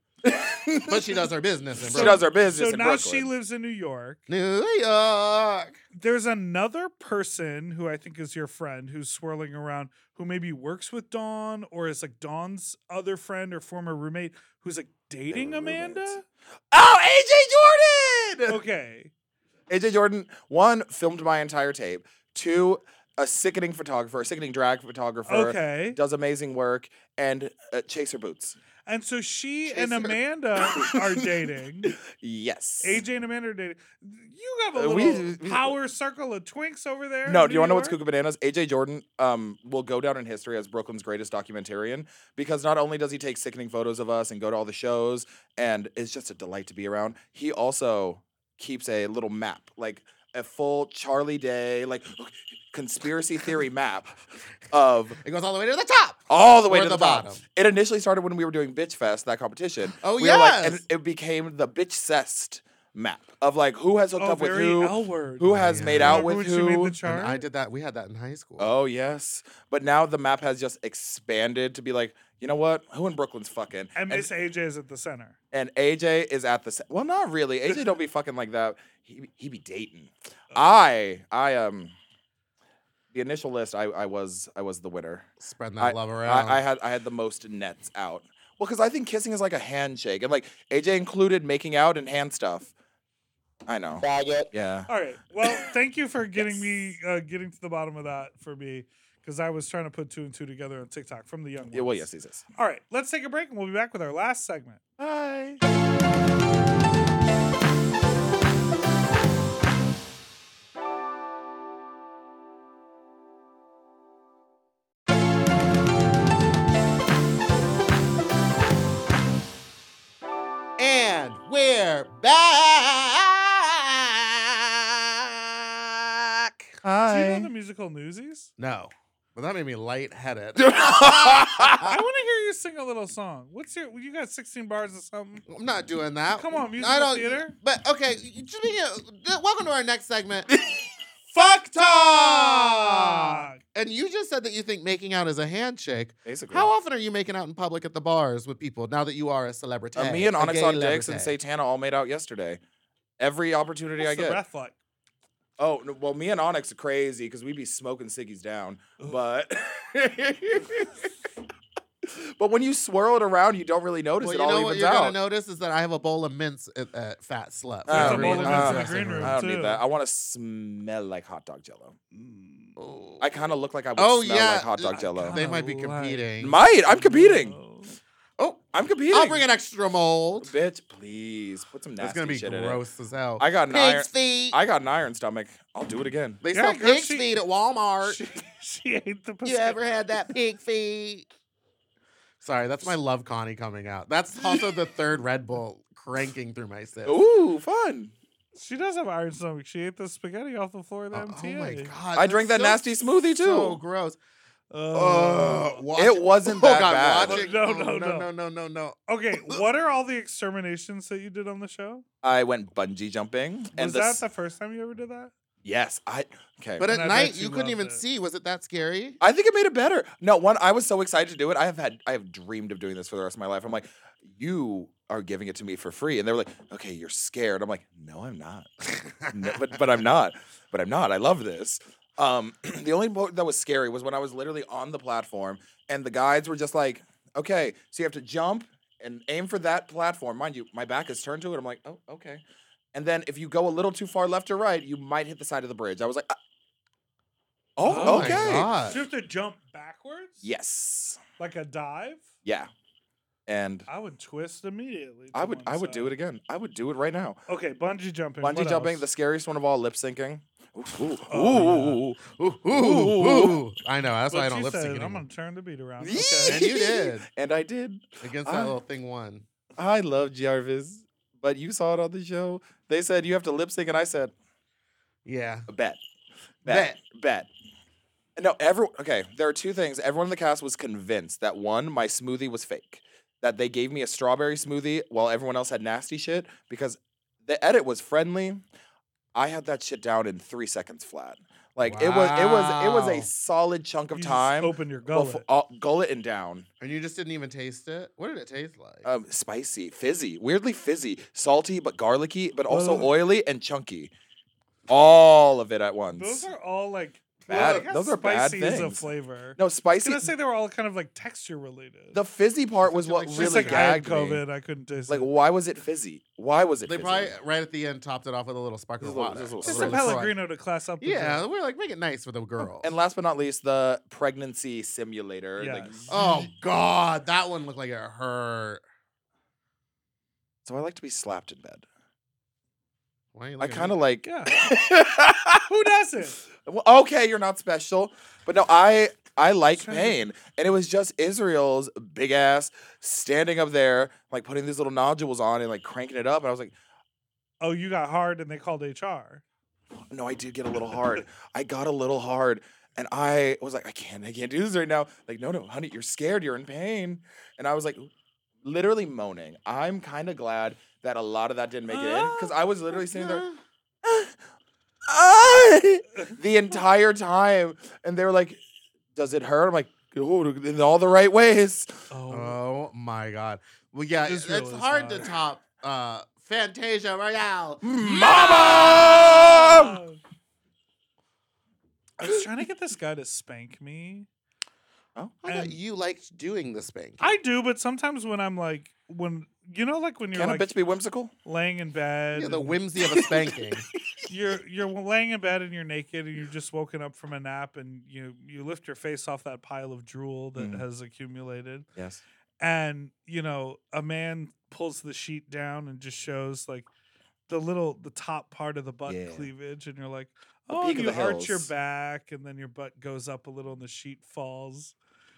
S1: but she does her business. In
S5: She
S1: Brooklyn.
S5: does her business
S2: So
S5: in
S2: now
S5: Brooklyn.
S2: she lives in New York.
S1: New York.
S2: There's another person who I think is your friend who's swirling around who maybe works with Dawn or is like Dawn's other friend or former roommate who's like dating
S5: were roommates.
S2: Amanda.
S5: oh, AJ Jordan!
S2: Okay.
S5: AJ Jordan, one, filmed my entire tape. Two, a sickening photographer, a sickening drag photographer.
S2: Okay.
S5: Does amazing work and uh, chaser boots.
S2: And so she and
S1: Chaser.
S2: Amanda are dating.
S5: Yes.
S2: AJ and Amanda are dating. You have a
S5: Uh,
S2: little
S5: we- we-
S2: power circle of twinks over there.
S5: No,
S2: in
S5: do you want to know what's
S2: York?
S5: Cuckoo Bananas? AJ Jordan um, will go down in history as Brooklyn's greatest documentarian because not only does he take sickening photos of us and go to all the shows and it's just a delight to be around, he also keeps a little map, like a full Charlie Day, like conspiracy theory map of
S1: It goes all the way to the top.
S5: all the way
S1: Or
S5: to
S1: the
S5: the, bottom.
S1: bottom.
S5: It initially started when we were doing Bitch Fest, that competition.
S1: Oh,
S5: we were like, and
S1: yes.
S5: it became the Bitch Cest map of like who has hooked
S2: Oh,
S5: up with
S2: very
S5: who,
S2: L word.
S5: who has
S1: yeah.
S5: made out
S2: Remember
S5: with
S2: when She
S5: who.
S2: made the
S1: And
S2: chart?
S1: I did that. We had that in high school.
S5: Oh yes, but now the map has just expanded to be like, you know what? Who in Brooklyn's fucking?
S2: and Miss AJ is at the center.
S5: and AJ is at the se- well, not really. AJ don't be fucking like that. He be- he be dating. I I um the initial list. I I was I was the winner.
S1: Spreading that love around.
S5: I, I had I had the most nets out. Well, because I think kissing is like a handshake, and like AJ included making out and hand stuff. I know.
S6: faggot,
S5: Yeah.
S2: All right. Well, thank you for getting
S5: Yes.
S2: me uh, getting to the bottom of that for me because I was trying to put two and two together on TikTok from the young.
S5: Yeah, well,
S2: ones.
S5: yes, he says.
S2: All right. Let's take a break and we'll be back with our last segment.
S5: Bye.
S1: and we're back.
S2: Do you know the musical Newsies?
S1: No, but that made me lightheaded.
S2: I
S5: Ah.
S1: I'm
S2: want to hear you sing a little song. What's your? You got 16 bars or something?
S1: not doing that.
S2: Come on, musical
S1: I don't.
S2: theater.
S1: But okay, just being a, welcome to our next segment. Fuck talk.
S2: Ah,
S1: And you just said that you think making out is a handshake.
S5: Basically.
S1: How often are you making out in public at the bars with people now that you are a celebrity?
S5: Uh, me and
S1: a
S5: Onyx
S1: gay
S5: on Dix and
S1: celebrity?
S5: Satana all made out yesterday. Every opportunity
S2: what's
S5: I
S2: the
S5: get.
S2: breath like?
S5: Oh no, well, me and Onyx are crazy because we be smoking ciggies down, but but when you swirl it around, you don't really notice
S1: Well,
S5: it
S1: you
S5: all
S1: know what
S5: evens
S1: you're gonna
S5: out.
S1: notice is that I have a bowl of mints at, at Fat Slut.
S5: Oh, There's a
S1: for
S5: bowl of
S1: reading.
S5: mints in the
S1: Uh,
S2: green room.
S5: I don't need
S2: too.
S5: that. I want to smell like hot dog jello.
S1: oh.
S5: I kind of look like I would
S1: Oh,
S5: smell
S1: yeah,
S5: like hot
S1: I
S5: dog jello.
S1: They might be
S2: Kinda like-
S1: competing.
S5: Might I'm competing.
S1: Oh,
S5: I'm competing.
S1: I'll bring an extra mold.
S5: Bitch, please put some
S1: That's
S5: nasty
S1: gonna be
S5: shit
S1: gross as hell.
S5: in it. I got an iron.
S1: Pig's feet.
S5: I got an iron stomach. I'll do it again.
S1: they
S2: Yeah,
S1: sell
S2: girl,
S1: pig's
S2: she-
S1: feet at Walmart.
S2: She, she ate the
S1: you
S2: Pacific.
S1: ever had that pig feet? Sorry, that's my love Connie coming out. That's also the third Red Bull cranking through my system.
S5: Ooh, fun.
S2: She does have iron stomach. She ate the spaghetti off the floor of the
S1: Oh,
S2: MTA.
S1: oh my god!
S5: I drank that
S1: that's so-
S5: nasty smoothie too.
S1: So gross.
S2: Uh,
S1: Watch-
S5: It wasn't
S1: oh
S5: that
S1: god,
S5: bad.
S1: watch it.
S2: No,
S1: Oh, no,
S2: no, no.
S1: no, no, no, no.
S2: okay, what are all the exterminations that you did on the show?
S5: I went bungee jumping, and
S2: Was
S5: the,
S2: that
S5: s-
S2: the first time you ever did that?
S5: yes, I okay.
S1: But
S2: And
S1: at
S2: I
S1: night
S2: bet you
S1: you couldn't
S2: loved
S1: even
S2: it.
S1: see. Was it that scary?
S5: I think it made it better. No, one, I was so excited to do it. I have had, I have dreamed of doing this for the rest of my life. I'm like, you are giving it to me for free, and they were like, okay, you're scared. I'm like, no, I'm not. No, but but I'm not. But I'm not. I love this. Um, the only part that was scary was when I was literally on the platform, and the guides were just like, okay, so you have to jump and aim for that platform. Mind you, my back is turned to it. I'm like, oh, okay. And then if you go a little too far left or right, you might hit the side of the bridge. I was like, "Ah,
S1: Oh
S5: oh,
S1: my
S5: okay.
S1: God.
S2: Did you have to jump backwards?
S5: Yes.
S2: Like a dive?
S5: Yeah. And
S2: I would twist immediately.
S5: I would I would do it again. I would do it right now.
S2: Okay, bungee jumping.
S5: Bungee
S2: what
S5: jumping,
S2: else?
S5: the scariest one of all, lip syncing. Ooh, ooh,
S2: Oh,
S5: ooh,
S1: Ooh, ooh,
S5: Ooh.
S1: ooh. I know. That's why I
S2: But
S1: don't
S2: she
S1: lip
S2: said,
S1: sync
S2: I'm
S1: anymore.
S2: gonna turn the beat around.
S5: Yee!
S2: Okay.
S1: And you did
S5: and I did.
S1: against that
S5: I-
S1: little thing one.
S5: I love Jarvis, but you saw it on the show. They said you have to lip sync, and I said
S1: Yeah.
S5: bet, bet, bet. And No, every okay. There are two things. Everyone in the cast was convinced that one, my smoothie was fake, that they gave me a strawberry smoothie while everyone else had nasty shit because the edit was friendly. I had that shit down in three seconds flat. Like it was, it was, it was
S1: Wow.
S5: a solid chunk of
S2: You just
S5: time.
S2: Open your gullet.
S5: Before, uh, gullet and down.
S1: And you just didn't even taste it? What did it taste like?
S5: um, spicy, fizzy, weirdly fizzy, salty but garlicky, but also
S2: Ugh.
S5: oily and chunky. All of it at once.
S2: Those are all like
S5: Bad-
S2: I guess
S5: those are bad
S2: spicy is a
S5: things.
S2: flavor. I
S5: no
S2: was
S5: spicy.
S2: gonna say they were all kind of like texture related.
S5: The fizzy part was
S1: It's
S5: what
S1: like-
S2: It's
S5: really
S2: just like I had
S5: gagged
S2: COVID,
S5: me.
S2: I couldn't taste
S5: Like,
S2: it.
S5: why was it fizzy? Why was it?
S1: they
S5: fizzy?
S1: probably right at the end topped it off with a little sparkling
S5: Just a little-
S1: water.
S5: just a little-
S2: Just a
S5: a little
S2: Pellegrino to class up. the
S1: Yeah,
S2: drink.
S1: we're like make it nice for the girl.
S5: And last but not least, the pregnancy simulator. Like,
S2: Yes.
S1: oh god, that one looked like it hurt.
S5: so I like to be slapped in bed.
S1: Why are you
S5: I
S1: looking at
S5: kind
S1: me?
S5: of like.
S2: yeah. Who doesn't?
S5: Well, okay, you're not special, but no, I I like
S2: Sorry.
S5: pain, and it was just Israel's big ass standing up there, like putting these little nodules on and like cranking it up, and I was like,
S2: Oh, you got hard, and they called HR.
S5: no, I did get a little hard. I got a little hard, and I was like, I can't, I can't do this right now. Like, no, no, honey, you're scared, you're in pain, and I was like, literally moaning. I'm kind of glad that a lot of that didn't make it in because I was literally sitting there. "Ah," the entire time. And they were like, Does it hurt? I'm like, "Oh, in all the right ways.
S2: Oh,
S1: Oh my god. Well yeah, it's
S2: This really
S1: hard to
S2: sucked.
S1: top uh Fantasia Royale.
S2: Mm,
S5: Mama!
S2: um, I was trying to get this guy to spank me.
S5: Oh,
S1: I thought
S2: And-
S1: you liked doing the spanking.
S2: I do, but sometimes when I'm like, when you know, like when you're
S5: can
S2: like
S5: a bitch be whimsical?
S2: laying in bed,
S1: yeah, the
S2: and
S1: whimsy of a spanking.
S2: you're you're laying in bed and you're naked and you're just woken up from a nap and you you lift your face off that pile of drool that
S5: Mhm.
S2: has accumulated
S5: Yes.
S2: and you know a man pulls the sheet down and just shows like the little the top part of the butt
S5: Yeah.
S2: cleavage and you're like
S5: The
S2: oh
S5: peak of
S2: you
S5: the
S2: arch your
S5: hills.
S2: back and then your butt goes up a little and the sheet falls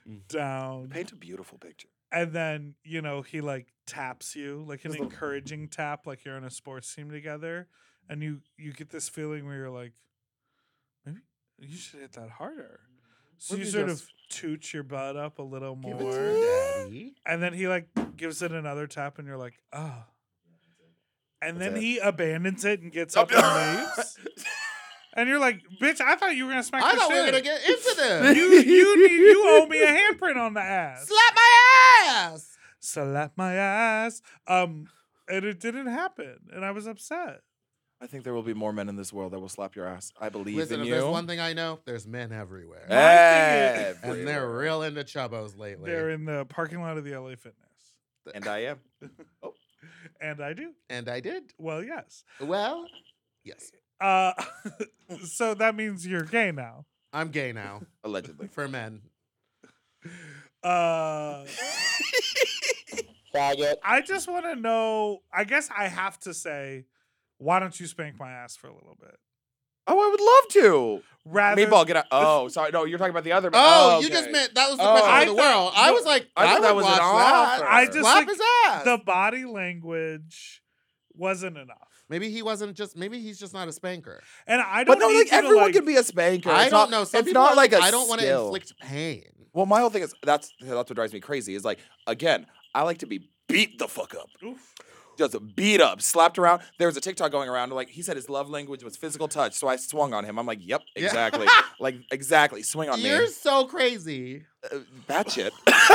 S5: Mhm.
S2: down
S5: Paint a beautiful picture.
S2: and then you know he like taps you like an
S5: Just a-
S2: encouraging tap like you're on a sports team together and you you get this feeling where you're like maybe you should hit that harder so
S5: What
S2: you
S5: if he
S2: sort
S5: does-
S2: of toot your butt up a little
S1: Give
S2: more
S1: it to me, daddy.
S2: and then he like gives it another tap, and you're like, oh. And
S5: That's
S2: then
S5: it.
S2: he abandons it and gets up and leaves. And you're like, bitch, I thought you were gonna smack
S1: I
S2: the
S1: thought we were
S2: shit.
S1: gonna get into this.
S2: you you need, you owe me a handprint on the ass.
S1: Slap my ass.
S2: Slap my ass. Um, and it didn't happen, and I was upset.
S5: I think there will be more men in this world that will slap your ass. I believe
S1: Listen,
S5: in
S1: if
S5: you.
S1: there's one thing I know, there's men everywhere.
S5: Everywhere.
S1: and they're real into chubbos lately.
S2: They're in the parking lot of the LA Fitness.
S5: And I am.
S2: And I do.
S1: and I did.
S2: Well, yes.
S1: Well, yes.
S2: Uh, so that means you're gay now.
S1: I'm gay now
S5: Allegedly.
S1: for men.
S2: Uh,
S6: faggot,
S2: I just want to know. I guess I have to say, why don't you spank my ass for a little bit?
S5: Oh, I would love to.
S2: Rather,
S5: Meatball, get out. Oh, sorry. No, you're talking about the other.
S1: Oh, you just
S5: okay.
S1: meant that was the
S5: Oh.
S1: question
S2: I
S1: of the
S2: thought-
S1: world. I was like,
S5: I
S1: I,
S5: thought
S1: would
S5: that was an
S1: watch that.
S5: offer.
S2: I just
S1: Slap
S2: like
S1: his ass.
S2: the body language wasn't enough,
S1: maybe he wasn't just. Maybe he's just not a spanker.
S2: and I don't.
S5: But no,
S2: need
S5: like
S2: you to,
S5: everyone
S2: like-
S5: can be a spanker.
S1: I
S5: It's
S1: don't
S5: not,
S1: know. Some
S5: it's
S1: people
S5: not
S1: are
S5: like a
S1: I don't want to
S5: skill.
S1: inflict pain.
S5: Well, my whole thing is that's that's what drives me crazy. Is like again, I like to be beat the fuck up,
S2: Oof.
S5: just beat up, slapped around. There was a TikTok going around like he said his love language was physical touch, so I swung on him. I'm like, yep,
S1: Yeah.
S5: exactly, like exactly, swing on
S1: You're
S5: me,
S1: so crazy.
S5: uh, that shit.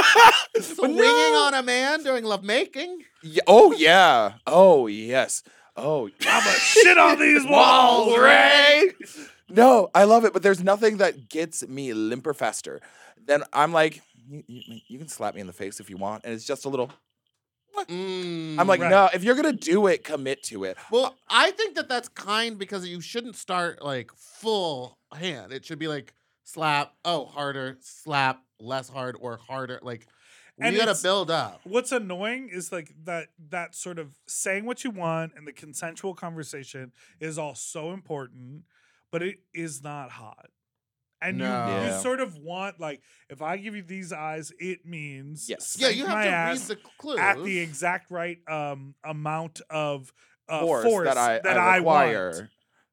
S5: But
S1: Swinging
S5: no.
S1: on a man during lovemaking.
S5: Ye- oh yeah, oh yes, oh.
S2: I'm a shit on these walls,
S5: Walls,
S2: Ray.
S5: Ray! No, I love it, but there's nothing that gets me limper faster. Then I'm like, you, you, you can slap me in the face if you want, and it's just a little.
S1: Mm,
S5: I'm like,
S2: Mm, right.
S5: no, if you're gonna do it, commit to it.
S2: Uh,
S1: Well, I think that that's kind because you shouldn't start like full hand. It should be like slap, oh, harder, slap, less hard, or harder. Like,
S2: And
S1: you gotta
S2: it's-
S1: build up.
S2: What's annoying is like that that sort of saying what you want and the consensual conversation is all so important, but it is not hot. And
S1: No.
S2: you, you
S5: Yeah.
S2: sort of want like if I give you these eyes, it means
S5: Yes.
S1: Yeah,
S2: spank
S1: you have
S2: my
S1: to
S2: ass
S1: read the clues.
S2: at the exact right um amount of uh, force,
S5: that I, I
S2: I
S5: require.
S2: want.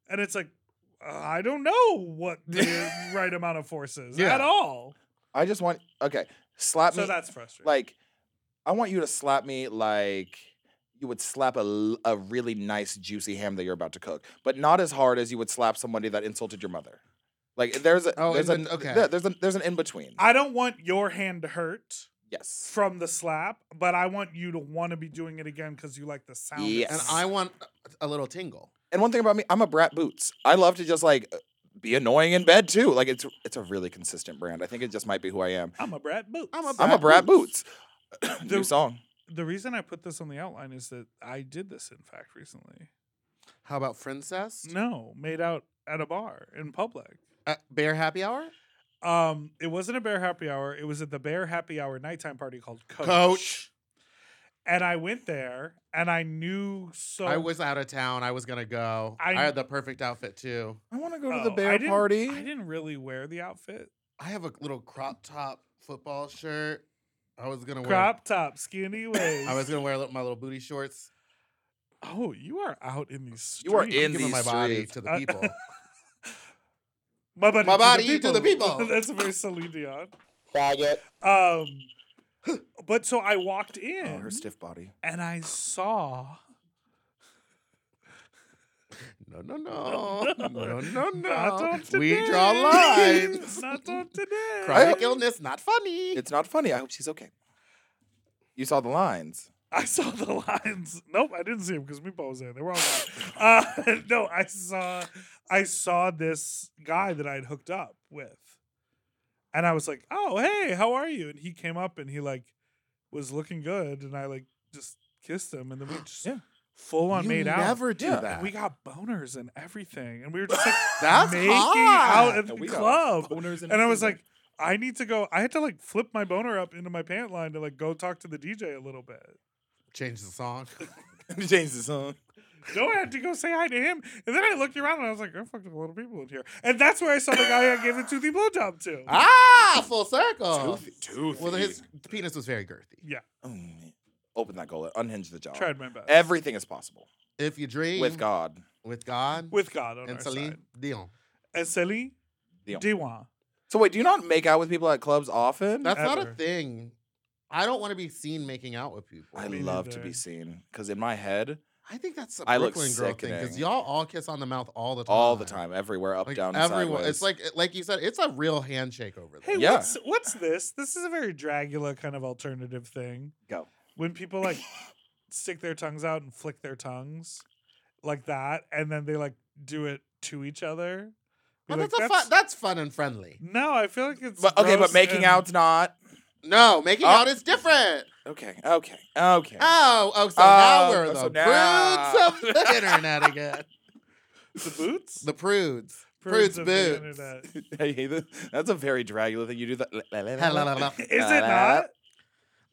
S2: And it's like uh, I don't know what the right amount of force is
S1: Yeah.
S2: at all.
S5: I just want okay, slap
S2: So
S5: me
S2: that's frustrating.
S5: like I want you to slap me like you would slap a, l- a really nice juicy ham that you're about to cook, but not as hard as you would slap somebody that insulted your mother. Like there's a
S1: Oh,
S5: there's
S1: in
S5: an
S1: bet- okay.
S5: yeah, there's an there's an in between.
S2: I don't want your hand to hurt.
S5: Yes.
S2: from the slap, but I want you to want to be doing it again because you like the sound. it
S5: Yes.
S1: and
S2: makes.
S1: I want a little tingle.
S5: And one thing about me, I'm a brat boots. I love to just like be annoying in bed too. Like it's it's a really consistent brand. I think it just might be who I am.
S2: I'm a brat boot.
S1: I'm a
S5: I'm a brat boots. New
S2: The-
S5: song.
S2: The reason I put this on the outline is that I did this, in fact, recently.
S1: How about princess?
S2: No, made out at a bar in public.
S1: Uh, bear happy hour?
S2: Um, it wasn't a bear happy hour. It was at the bear happy hour nighttime party called Coach. And I went there, and I knew so.
S1: I was out of town. I was gonna go. I,
S2: I-
S1: had the perfect outfit too.
S5: I want to go
S2: oh,
S5: to the
S2: I
S5: bear
S2: didn't-
S5: party.
S2: I didn't really wear the outfit.
S1: I have a little crop top football shirt. I was gonna
S2: Crop top, skinny waist.
S1: wear. I was gonna wear li- my little booty shorts.
S2: Oh, you are out in these. Streets.
S5: You are in
S1: giving
S5: these
S1: my body
S5: streets.
S1: to the
S2: Uh,
S1: people.
S2: My body,
S1: My
S2: to,
S1: body
S2: the
S1: to the people.
S2: That's very Celine Dion.
S6: faggot,
S2: Um, but so I walked in
S5: Oh, her stiff body.
S2: and I saw
S1: no, no, no, no, no,
S2: Not
S1: no.
S2: on
S1: We
S2: today.
S1: draw lines.
S2: Not on today.
S1: Chronic illness, not funny.
S5: It's not funny. I hope she's okay. You saw the lines.
S2: I saw the lines. Nope, I didn't see them because Meatball was there. They were all gone. Uh, no, I saw, I saw this guy that I had hooked up with, and I was like, "Oh, hey, how are you?" And he came up and he like was looking good, and I like just kissed him, and then we just
S5: Yeah.
S2: full on
S1: you
S2: made out.
S1: never do
S5: Yeah,
S1: that.
S2: We got boners and everything, and we were just like
S1: That's
S2: making
S1: hot.
S2: out at the
S5: And we got
S2: club.
S5: boners in
S2: And I was
S5: everything.
S2: like, I need to go. I had to like flip my boner up into my pant line to like go talk to the DJ a little bit.
S1: Change the song.
S5: change the song.
S2: No, I had to go say hi to him. And then I looked around and I was like, there are fucking a lot of people in here. And that's where I saw the guy I gave the toothy blowjob to.
S1: ah, full circle.
S5: Toothy.
S1: Well, his penis was very girthy.
S2: yeah,
S5: Oh, man. Open that gullet. Unhinge the jaw.
S2: tried my best.
S5: Everything is possible
S1: If you dream
S5: with God.
S1: with God
S2: With God on
S1: and
S2: our
S1: Celine
S2: side.
S1: Dion.
S2: And Celine
S5: Dion.
S2: Dion.
S5: So wait, do you not make out with people at clubs often?
S1: That's not a
S2: Ever.
S1: thing. I don't want to be seen making out with people.
S5: I
S1: I,
S2: Me
S5: love to
S2: neither.
S5: be seen because in my head,
S1: think that's a
S5: I look
S1: Brooklyn girl thing because
S5: sickening.
S1: y'all all kiss on the mouth all the time.
S5: all the time, everywhere, up,
S1: Like
S5: down, and
S1: everyone,
S5: sideways.
S1: it's like like you said, it's a real handshake over there.
S2: Hey,
S5: Yeah.
S2: what's what's this? This is a very Dragula kind of alternative thing.
S5: Go.
S2: When people like stick their tongues out and flick their tongues. like that, and then they like do it to each other. Be
S1: Well,
S2: like,
S1: Oh, that's, a fun, that's fun and friendly.
S2: no, I feel like it's
S5: But okay,
S2: gross
S5: but making
S2: and-
S5: out's not.
S1: No, making
S5: Oh.
S1: out is different.
S5: Okay, okay, okay.
S2: Ah.
S1: Oh, oh, so
S5: Oh,
S1: now we're
S5: so
S1: the
S5: now-
S1: prudes of the internet again.
S2: the boots,
S1: The prudes.
S2: Prudes
S1: prudes
S2: of the
S1: boots.
S2: internet.
S5: I hate that. That's a very Dracula thing. You do that.
S1: I
S2: Is it not?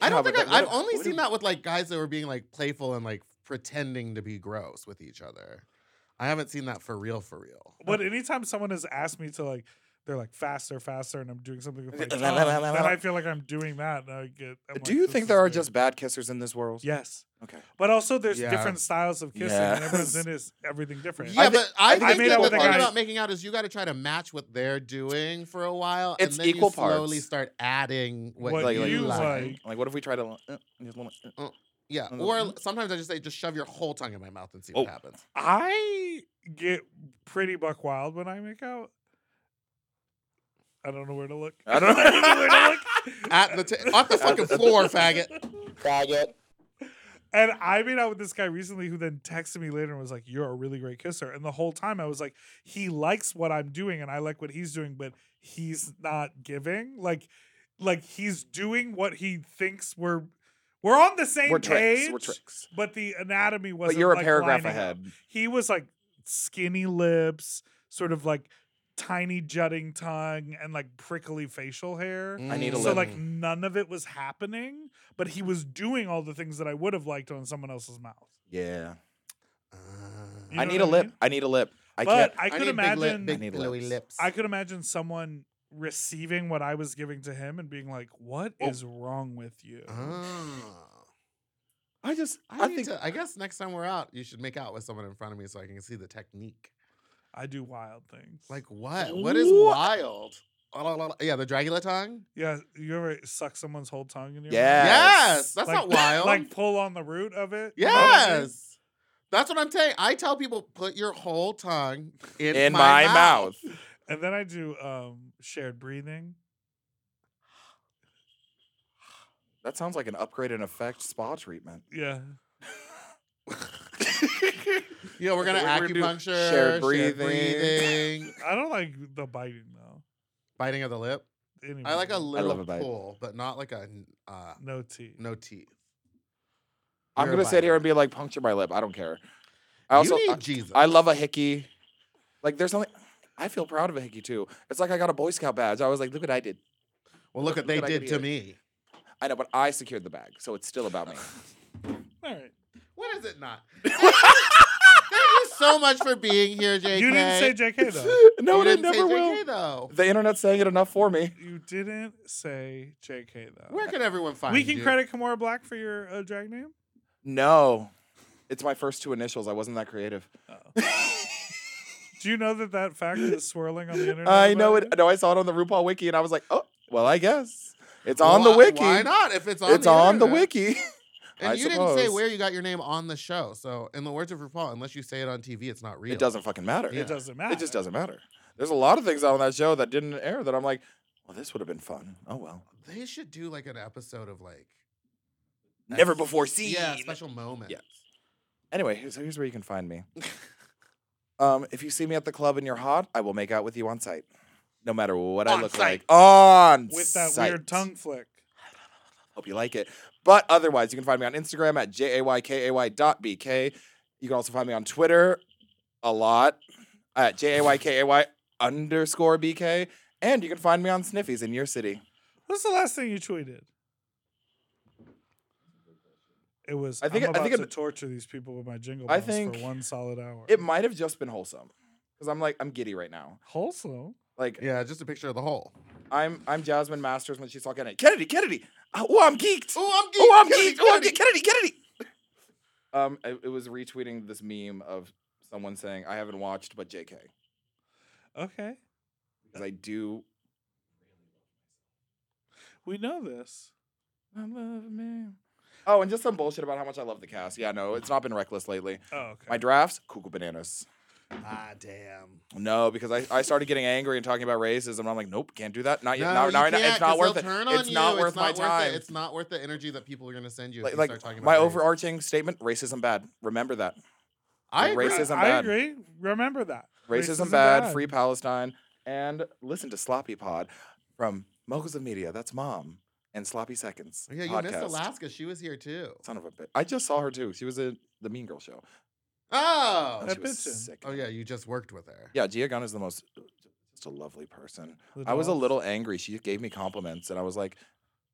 S5: No,
S1: don't think I've,
S5: but that- what
S1: I've
S5: if-
S1: only
S5: what
S1: seen
S5: if-
S1: that with like guys that were being like playful and like pretending to be gross with each other. I haven't seen that for real, for real.
S2: But anytime someone has asked me to like, they're like faster, faster, and I'm doing something with my tongue, then I feel like I'm doing that, and I get. I'm
S5: Do
S2: like,
S5: you
S2: this
S5: think
S2: is
S5: there are
S2: weird.
S5: just bad kissers in this world?
S2: yes?
S5: Okay.
S2: But also, there's
S1: Yeah.
S2: different styles of kissing, and everyone's
S5: Yes.
S2: in is everything different.
S1: Yeah,
S5: I thi-
S1: but I,
S5: I
S1: think,
S5: think it's
S1: that
S5: equal
S1: the thing
S5: parts.
S1: about making out is you got to try to match what they're doing for a while,
S5: It's
S1: and then
S5: equal
S1: you slowly
S5: parts.
S1: start adding what,
S2: What
S1: you,
S5: like,
S2: you
S1: like.
S2: like.
S5: Like, what if we try to? Uh, just a little- uh,
S1: Yeah,
S5: And then-
S1: or sometimes I just say just shove your whole tongue in my mouth and see what
S5: Oh.
S1: happens.
S2: I get pretty buck wild when I make out. I don't know where to look.
S5: I don't know.
S2: look.
S1: At the ta- off the fucking floor, faggot.
S6: faggot,
S2: And I made out with this guy recently who then texted me later and was like, You're a really great kisser. And the whole time I was like, He likes what I'm doing and I like what he's doing, but he's not giving. Like, like he's doing what he thinks we're we're on the same
S5: We're
S2: page.
S5: tricks. We're tricks.
S2: But the anatomy was
S5: But you're a
S2: like
S5: paragraph
S2: lining up.
S5: ahead.
S2: He was like skinny lips, sort of like tiny jutting tongue, and like prickly facial hair.
S5: I need a
S1: Mm.
S2: So
S5: little-
S2: like none of it was happening, but he was doing all the things that I would have liked on someone else's mouth.
S5: Yeah.
S1: Uh,
S2: You
S5: I
S2: know
S5: need a
S2: what I
S5: lip.
S2: mean?
S5: I need a lip. I
S2: but
S5: can't.
S2: I
S1: need
S2: could
S1: big lip-
S2: imagine
S1: big,
S5: I need
S1: glowy
S5: lips.
S1: lips.
S2: I could imagine someone receiving what I was giving to him and being like, "What is
S5: Oh. Uh-huh.
S2: wrong with you?"
S1: Ah.
S5: I just.
S1: I,
S5: I,
S1: need
S5: think.
S1: to, I guess next time we're out, you should make out with someone in front of me so I can see the technique.
S2: I do wild things.
S1: Like what? What is
S5: What?
S1: wild? Oh, la, la, la. Yeah, the Dragula tongue.
S2: yeah, you ever suck someone's whole tongue in your mouth?
S5: Yeah.
S1: Yes,
S5: Yes.
S1: that's
S2: Like-
S1: not wild.
S2: Like pull on the root of it. you know what I mean?
S1: yes, that's what I'm saying. I tell people put your whole tongue in,
S5: In my mouth.
S2: And then I do um shared breathing.
S5: That sounds like an upgrade and effect spa treatment.
S2: Yeah.
S1: Yeah, we're gonna
S5: We're gonna do
S1: acupuncture,
S5: shared breathing.
S1: breathing,
S2: I don't like the biting though.
S1: biting of the lip.
S2: Anyway,
S1: I like a little
S5: love a bite.
S1: pull, but not like a uh,
S2: no teeth.
S1: no teeth.
S5: I'm
S1: You're a
S5: gonna sit here and
S1: biter.
S5: be like, puncture my lip. I don't care. I also.
S1: you need
S5: I,
S1: Jesus.
S5: I love a hickey. Like, there's something. I feel proud of a hickey too. It's like I got a Boy Scout badge. I was like, look what I did.
S1: Well, look
S5: look
S1: what they
S5: what I could
S1: did to
S5: eat.
S1: me.
S5: I know, but I secured the bag, so it's still about me.
S2: All right.
S1: What is it not? Thank you so much for being here, JK.
S2: You didn't say JK though.
S5: no,
S1: You
S5: it
S1: didn't say
S5: never will.
S1: JK, though.
S5: The internet's saying it enough for me.
S2: You didn't say JK though.
S1: Where can everyone find
S2: we can
S1: you?
S2: credit Kamora Black for your uh, drag name.
S5: No, it's my first two initials. I wasn't that creative.
S2: Do you know that that fact is swirling on the internet?
S5: I know
S2: about
S5: it.
S2: you?
S5: No, I saw it on the RuPaul wiki, and I was like, oh, well, I guess it's on
S1: Why-
S5: the wiki.
S1: Why not? If it's on
S5: it's
S1: the
S5: on the
S1: internet.
S5: wiki.
S1: And
S5: I
S1: you didn't say
S5: suppose.
S1: where you got your name on the show. So, in the words of RuPaul, unless you say it on TV, it's not real.
S5: It doesn't fucking matter.
S1: Yeah.
S2: It doesn't matter.
S5: It just doesn't matter. There's a lot of things on that show that didn't air that I'm like, well, this would have been fun. Oh well,
S1: They should do like an episode of like
S5: never before seen.
S1: yeah special moments.
S5: Yeah. Anyway, so here's where you can find me. um, if you see me at the club and you're hot, I will make out with you on site, no matter what I
S1: On
S5: look
S1: site.
S5: like. On
S2: with that
S5: site.
S2: weird tongue flick.
S5: Hope you like it. But otherwise, you can find me on Instagram at jayky dot bk. You can also find me on Twitter a lot at jayky underscore bk. And you can find me on Sniffies in your city.
S2: What's the last thing you tweeted? It was. I
S5: I
S2: think I'm
S5: think it- I
S2: about
S5: think
S2: to
S5: it-
S2: torture these people with my jingle
S5: I
S2: bells for
S5: think
S2: one solid hour.
S5: It might have just been wholesome because I'm like I'm giddy right now.
S2: wholesome.
S5: Like
S1: Yeah, just a picture of the whole.
S5: I'm I'm Jasmine Masters when she's talking at Kennedy Kennedy. Oh, I'm geeked.
S1: Oh, I'm
S5: Oh, I'm geeked. Oh, I'm geeked. Kennedy Kennedy. Um, it, it was retweeting this meme of someone saying I haven't watched, but JK.
S2: Okay,
S5: because I do.
S2: we know this.
S5: I love me. Oh, and just some bullshit about how much I love the cast. Yeah, no, it's not been reckless lately.
S2: Oh, okay.
S5: My drafts, cuckoo bananas.
S1: Ah, damn.
S5: No, because I, I started getting angry and talking about racism. I'm like, nope, can't do that. Not yet.
S1: No,
S5: now,
S1: you
S5: now, now,
S1: can't,
S5: it's not
S1: 'cause
S5: worth
S1: they'll
S5: it.
S1: turn on
S5: It's not
S1: you.
S5: worth my
S1: it.
S5: time.
S1: It's not worth the energy that people are going to send you. if
S5: like,
S1: you
S5: like
S1: start talking about
S5: my
S1: race.
S5: overarching statement: racism bad. Remember that.
S1: I agree.
S5: racism
S2: I
S5: bad.
S2: agree. Remember that.
S5: Racism bad, Free Palestine, and listen to Sloppy Pod from Moguls of Media. That's mom and Sloppy Seconds.
S1: Oh, Yeah, you missed
S5: podcast.
S1: Alaska. She was here too.
S5: Son of a bitch. I just saw her too. She was in the Mean Girl show.
S1: Oh.
S5: And she was
S2: bitchin'.
S5: sick.
S1: Oh yeah, you just worked with her.
S5: Yeah, Gia Gunn is the most just a lovely person. I was a little angry. She gave me compliments, and I was like,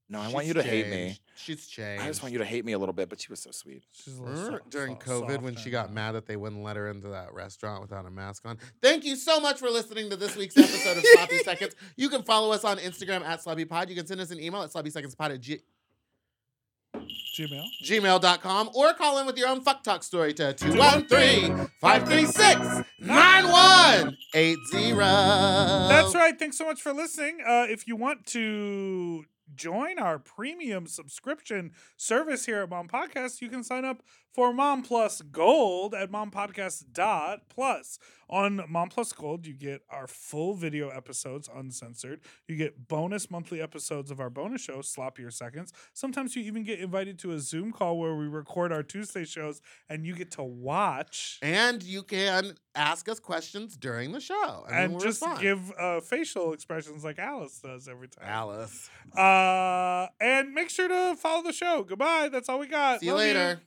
S5: "No, I want you to hate me.
S1: She's changed.
S5: I just want you to hate me a little bit." But she was so sweet.
S2: She's a
S1: Remember
S2: little
S1: during COVID when she got mad that they wouldn't let her into that restaurant without a mask on. Thank you so much for listening to this week's episode of Sloppy Seconds. You can follow us on Instagram at Sloppy Pod. You can send us an email at sloppysecondspod at g-
S2: Gmail.
S1: gmail.com or call in with your own fuck talk story to 213 536 9180. Oh.
S2: That's right. Thanks so much for listening. Uh, if you want to join our premium subscription service here at Mom Podcast, you can sign up for Mom Plus Gold at mompodcast.plus. On Mom Plus Gold, you get our full video episodes uncensored. You get bonus monthly episodes of our bonus show, Sloppier Seconds. Sometimes you even get invited to a Zoom call where we record our Tuesday shows and you get to watch
S1: And you can ask us questions during the show. And, then
S2: and
S1: we'll
S2: just
S1: respond.
S2: give uh, facial expressions like Alice does every time.
S1: Alice. Ah.
S2: Uh, and make sure to follow the show. Goodbye. That's all we got.
S1: See you
S2: Love
S1: later.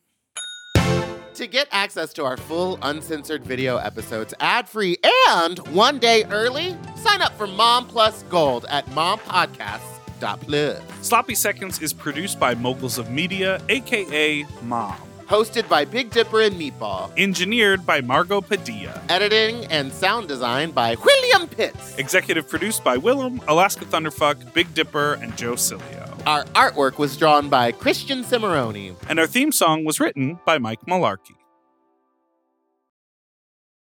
S1: To get access to our full uncensored video episodes ad free and one day early, sign up for Mom Plus Gold at mompodcasts.plus.
S3: Sloppy Seconds is produced by Moguls of Media, aka Mom.
S1: Hosted by Big Dipper and Meatball.
S3: Engineered by Margot Padilla.
S1: Editing and sound design by William Pitts.
S3: Executive produced by Willem, Alaska Thunderfuck, Big Dipper, and Joe Cilio.
S1: Our artwork was drawn by Christian Cimarroni.
S3: And our theme song was written by Mike Malarkey.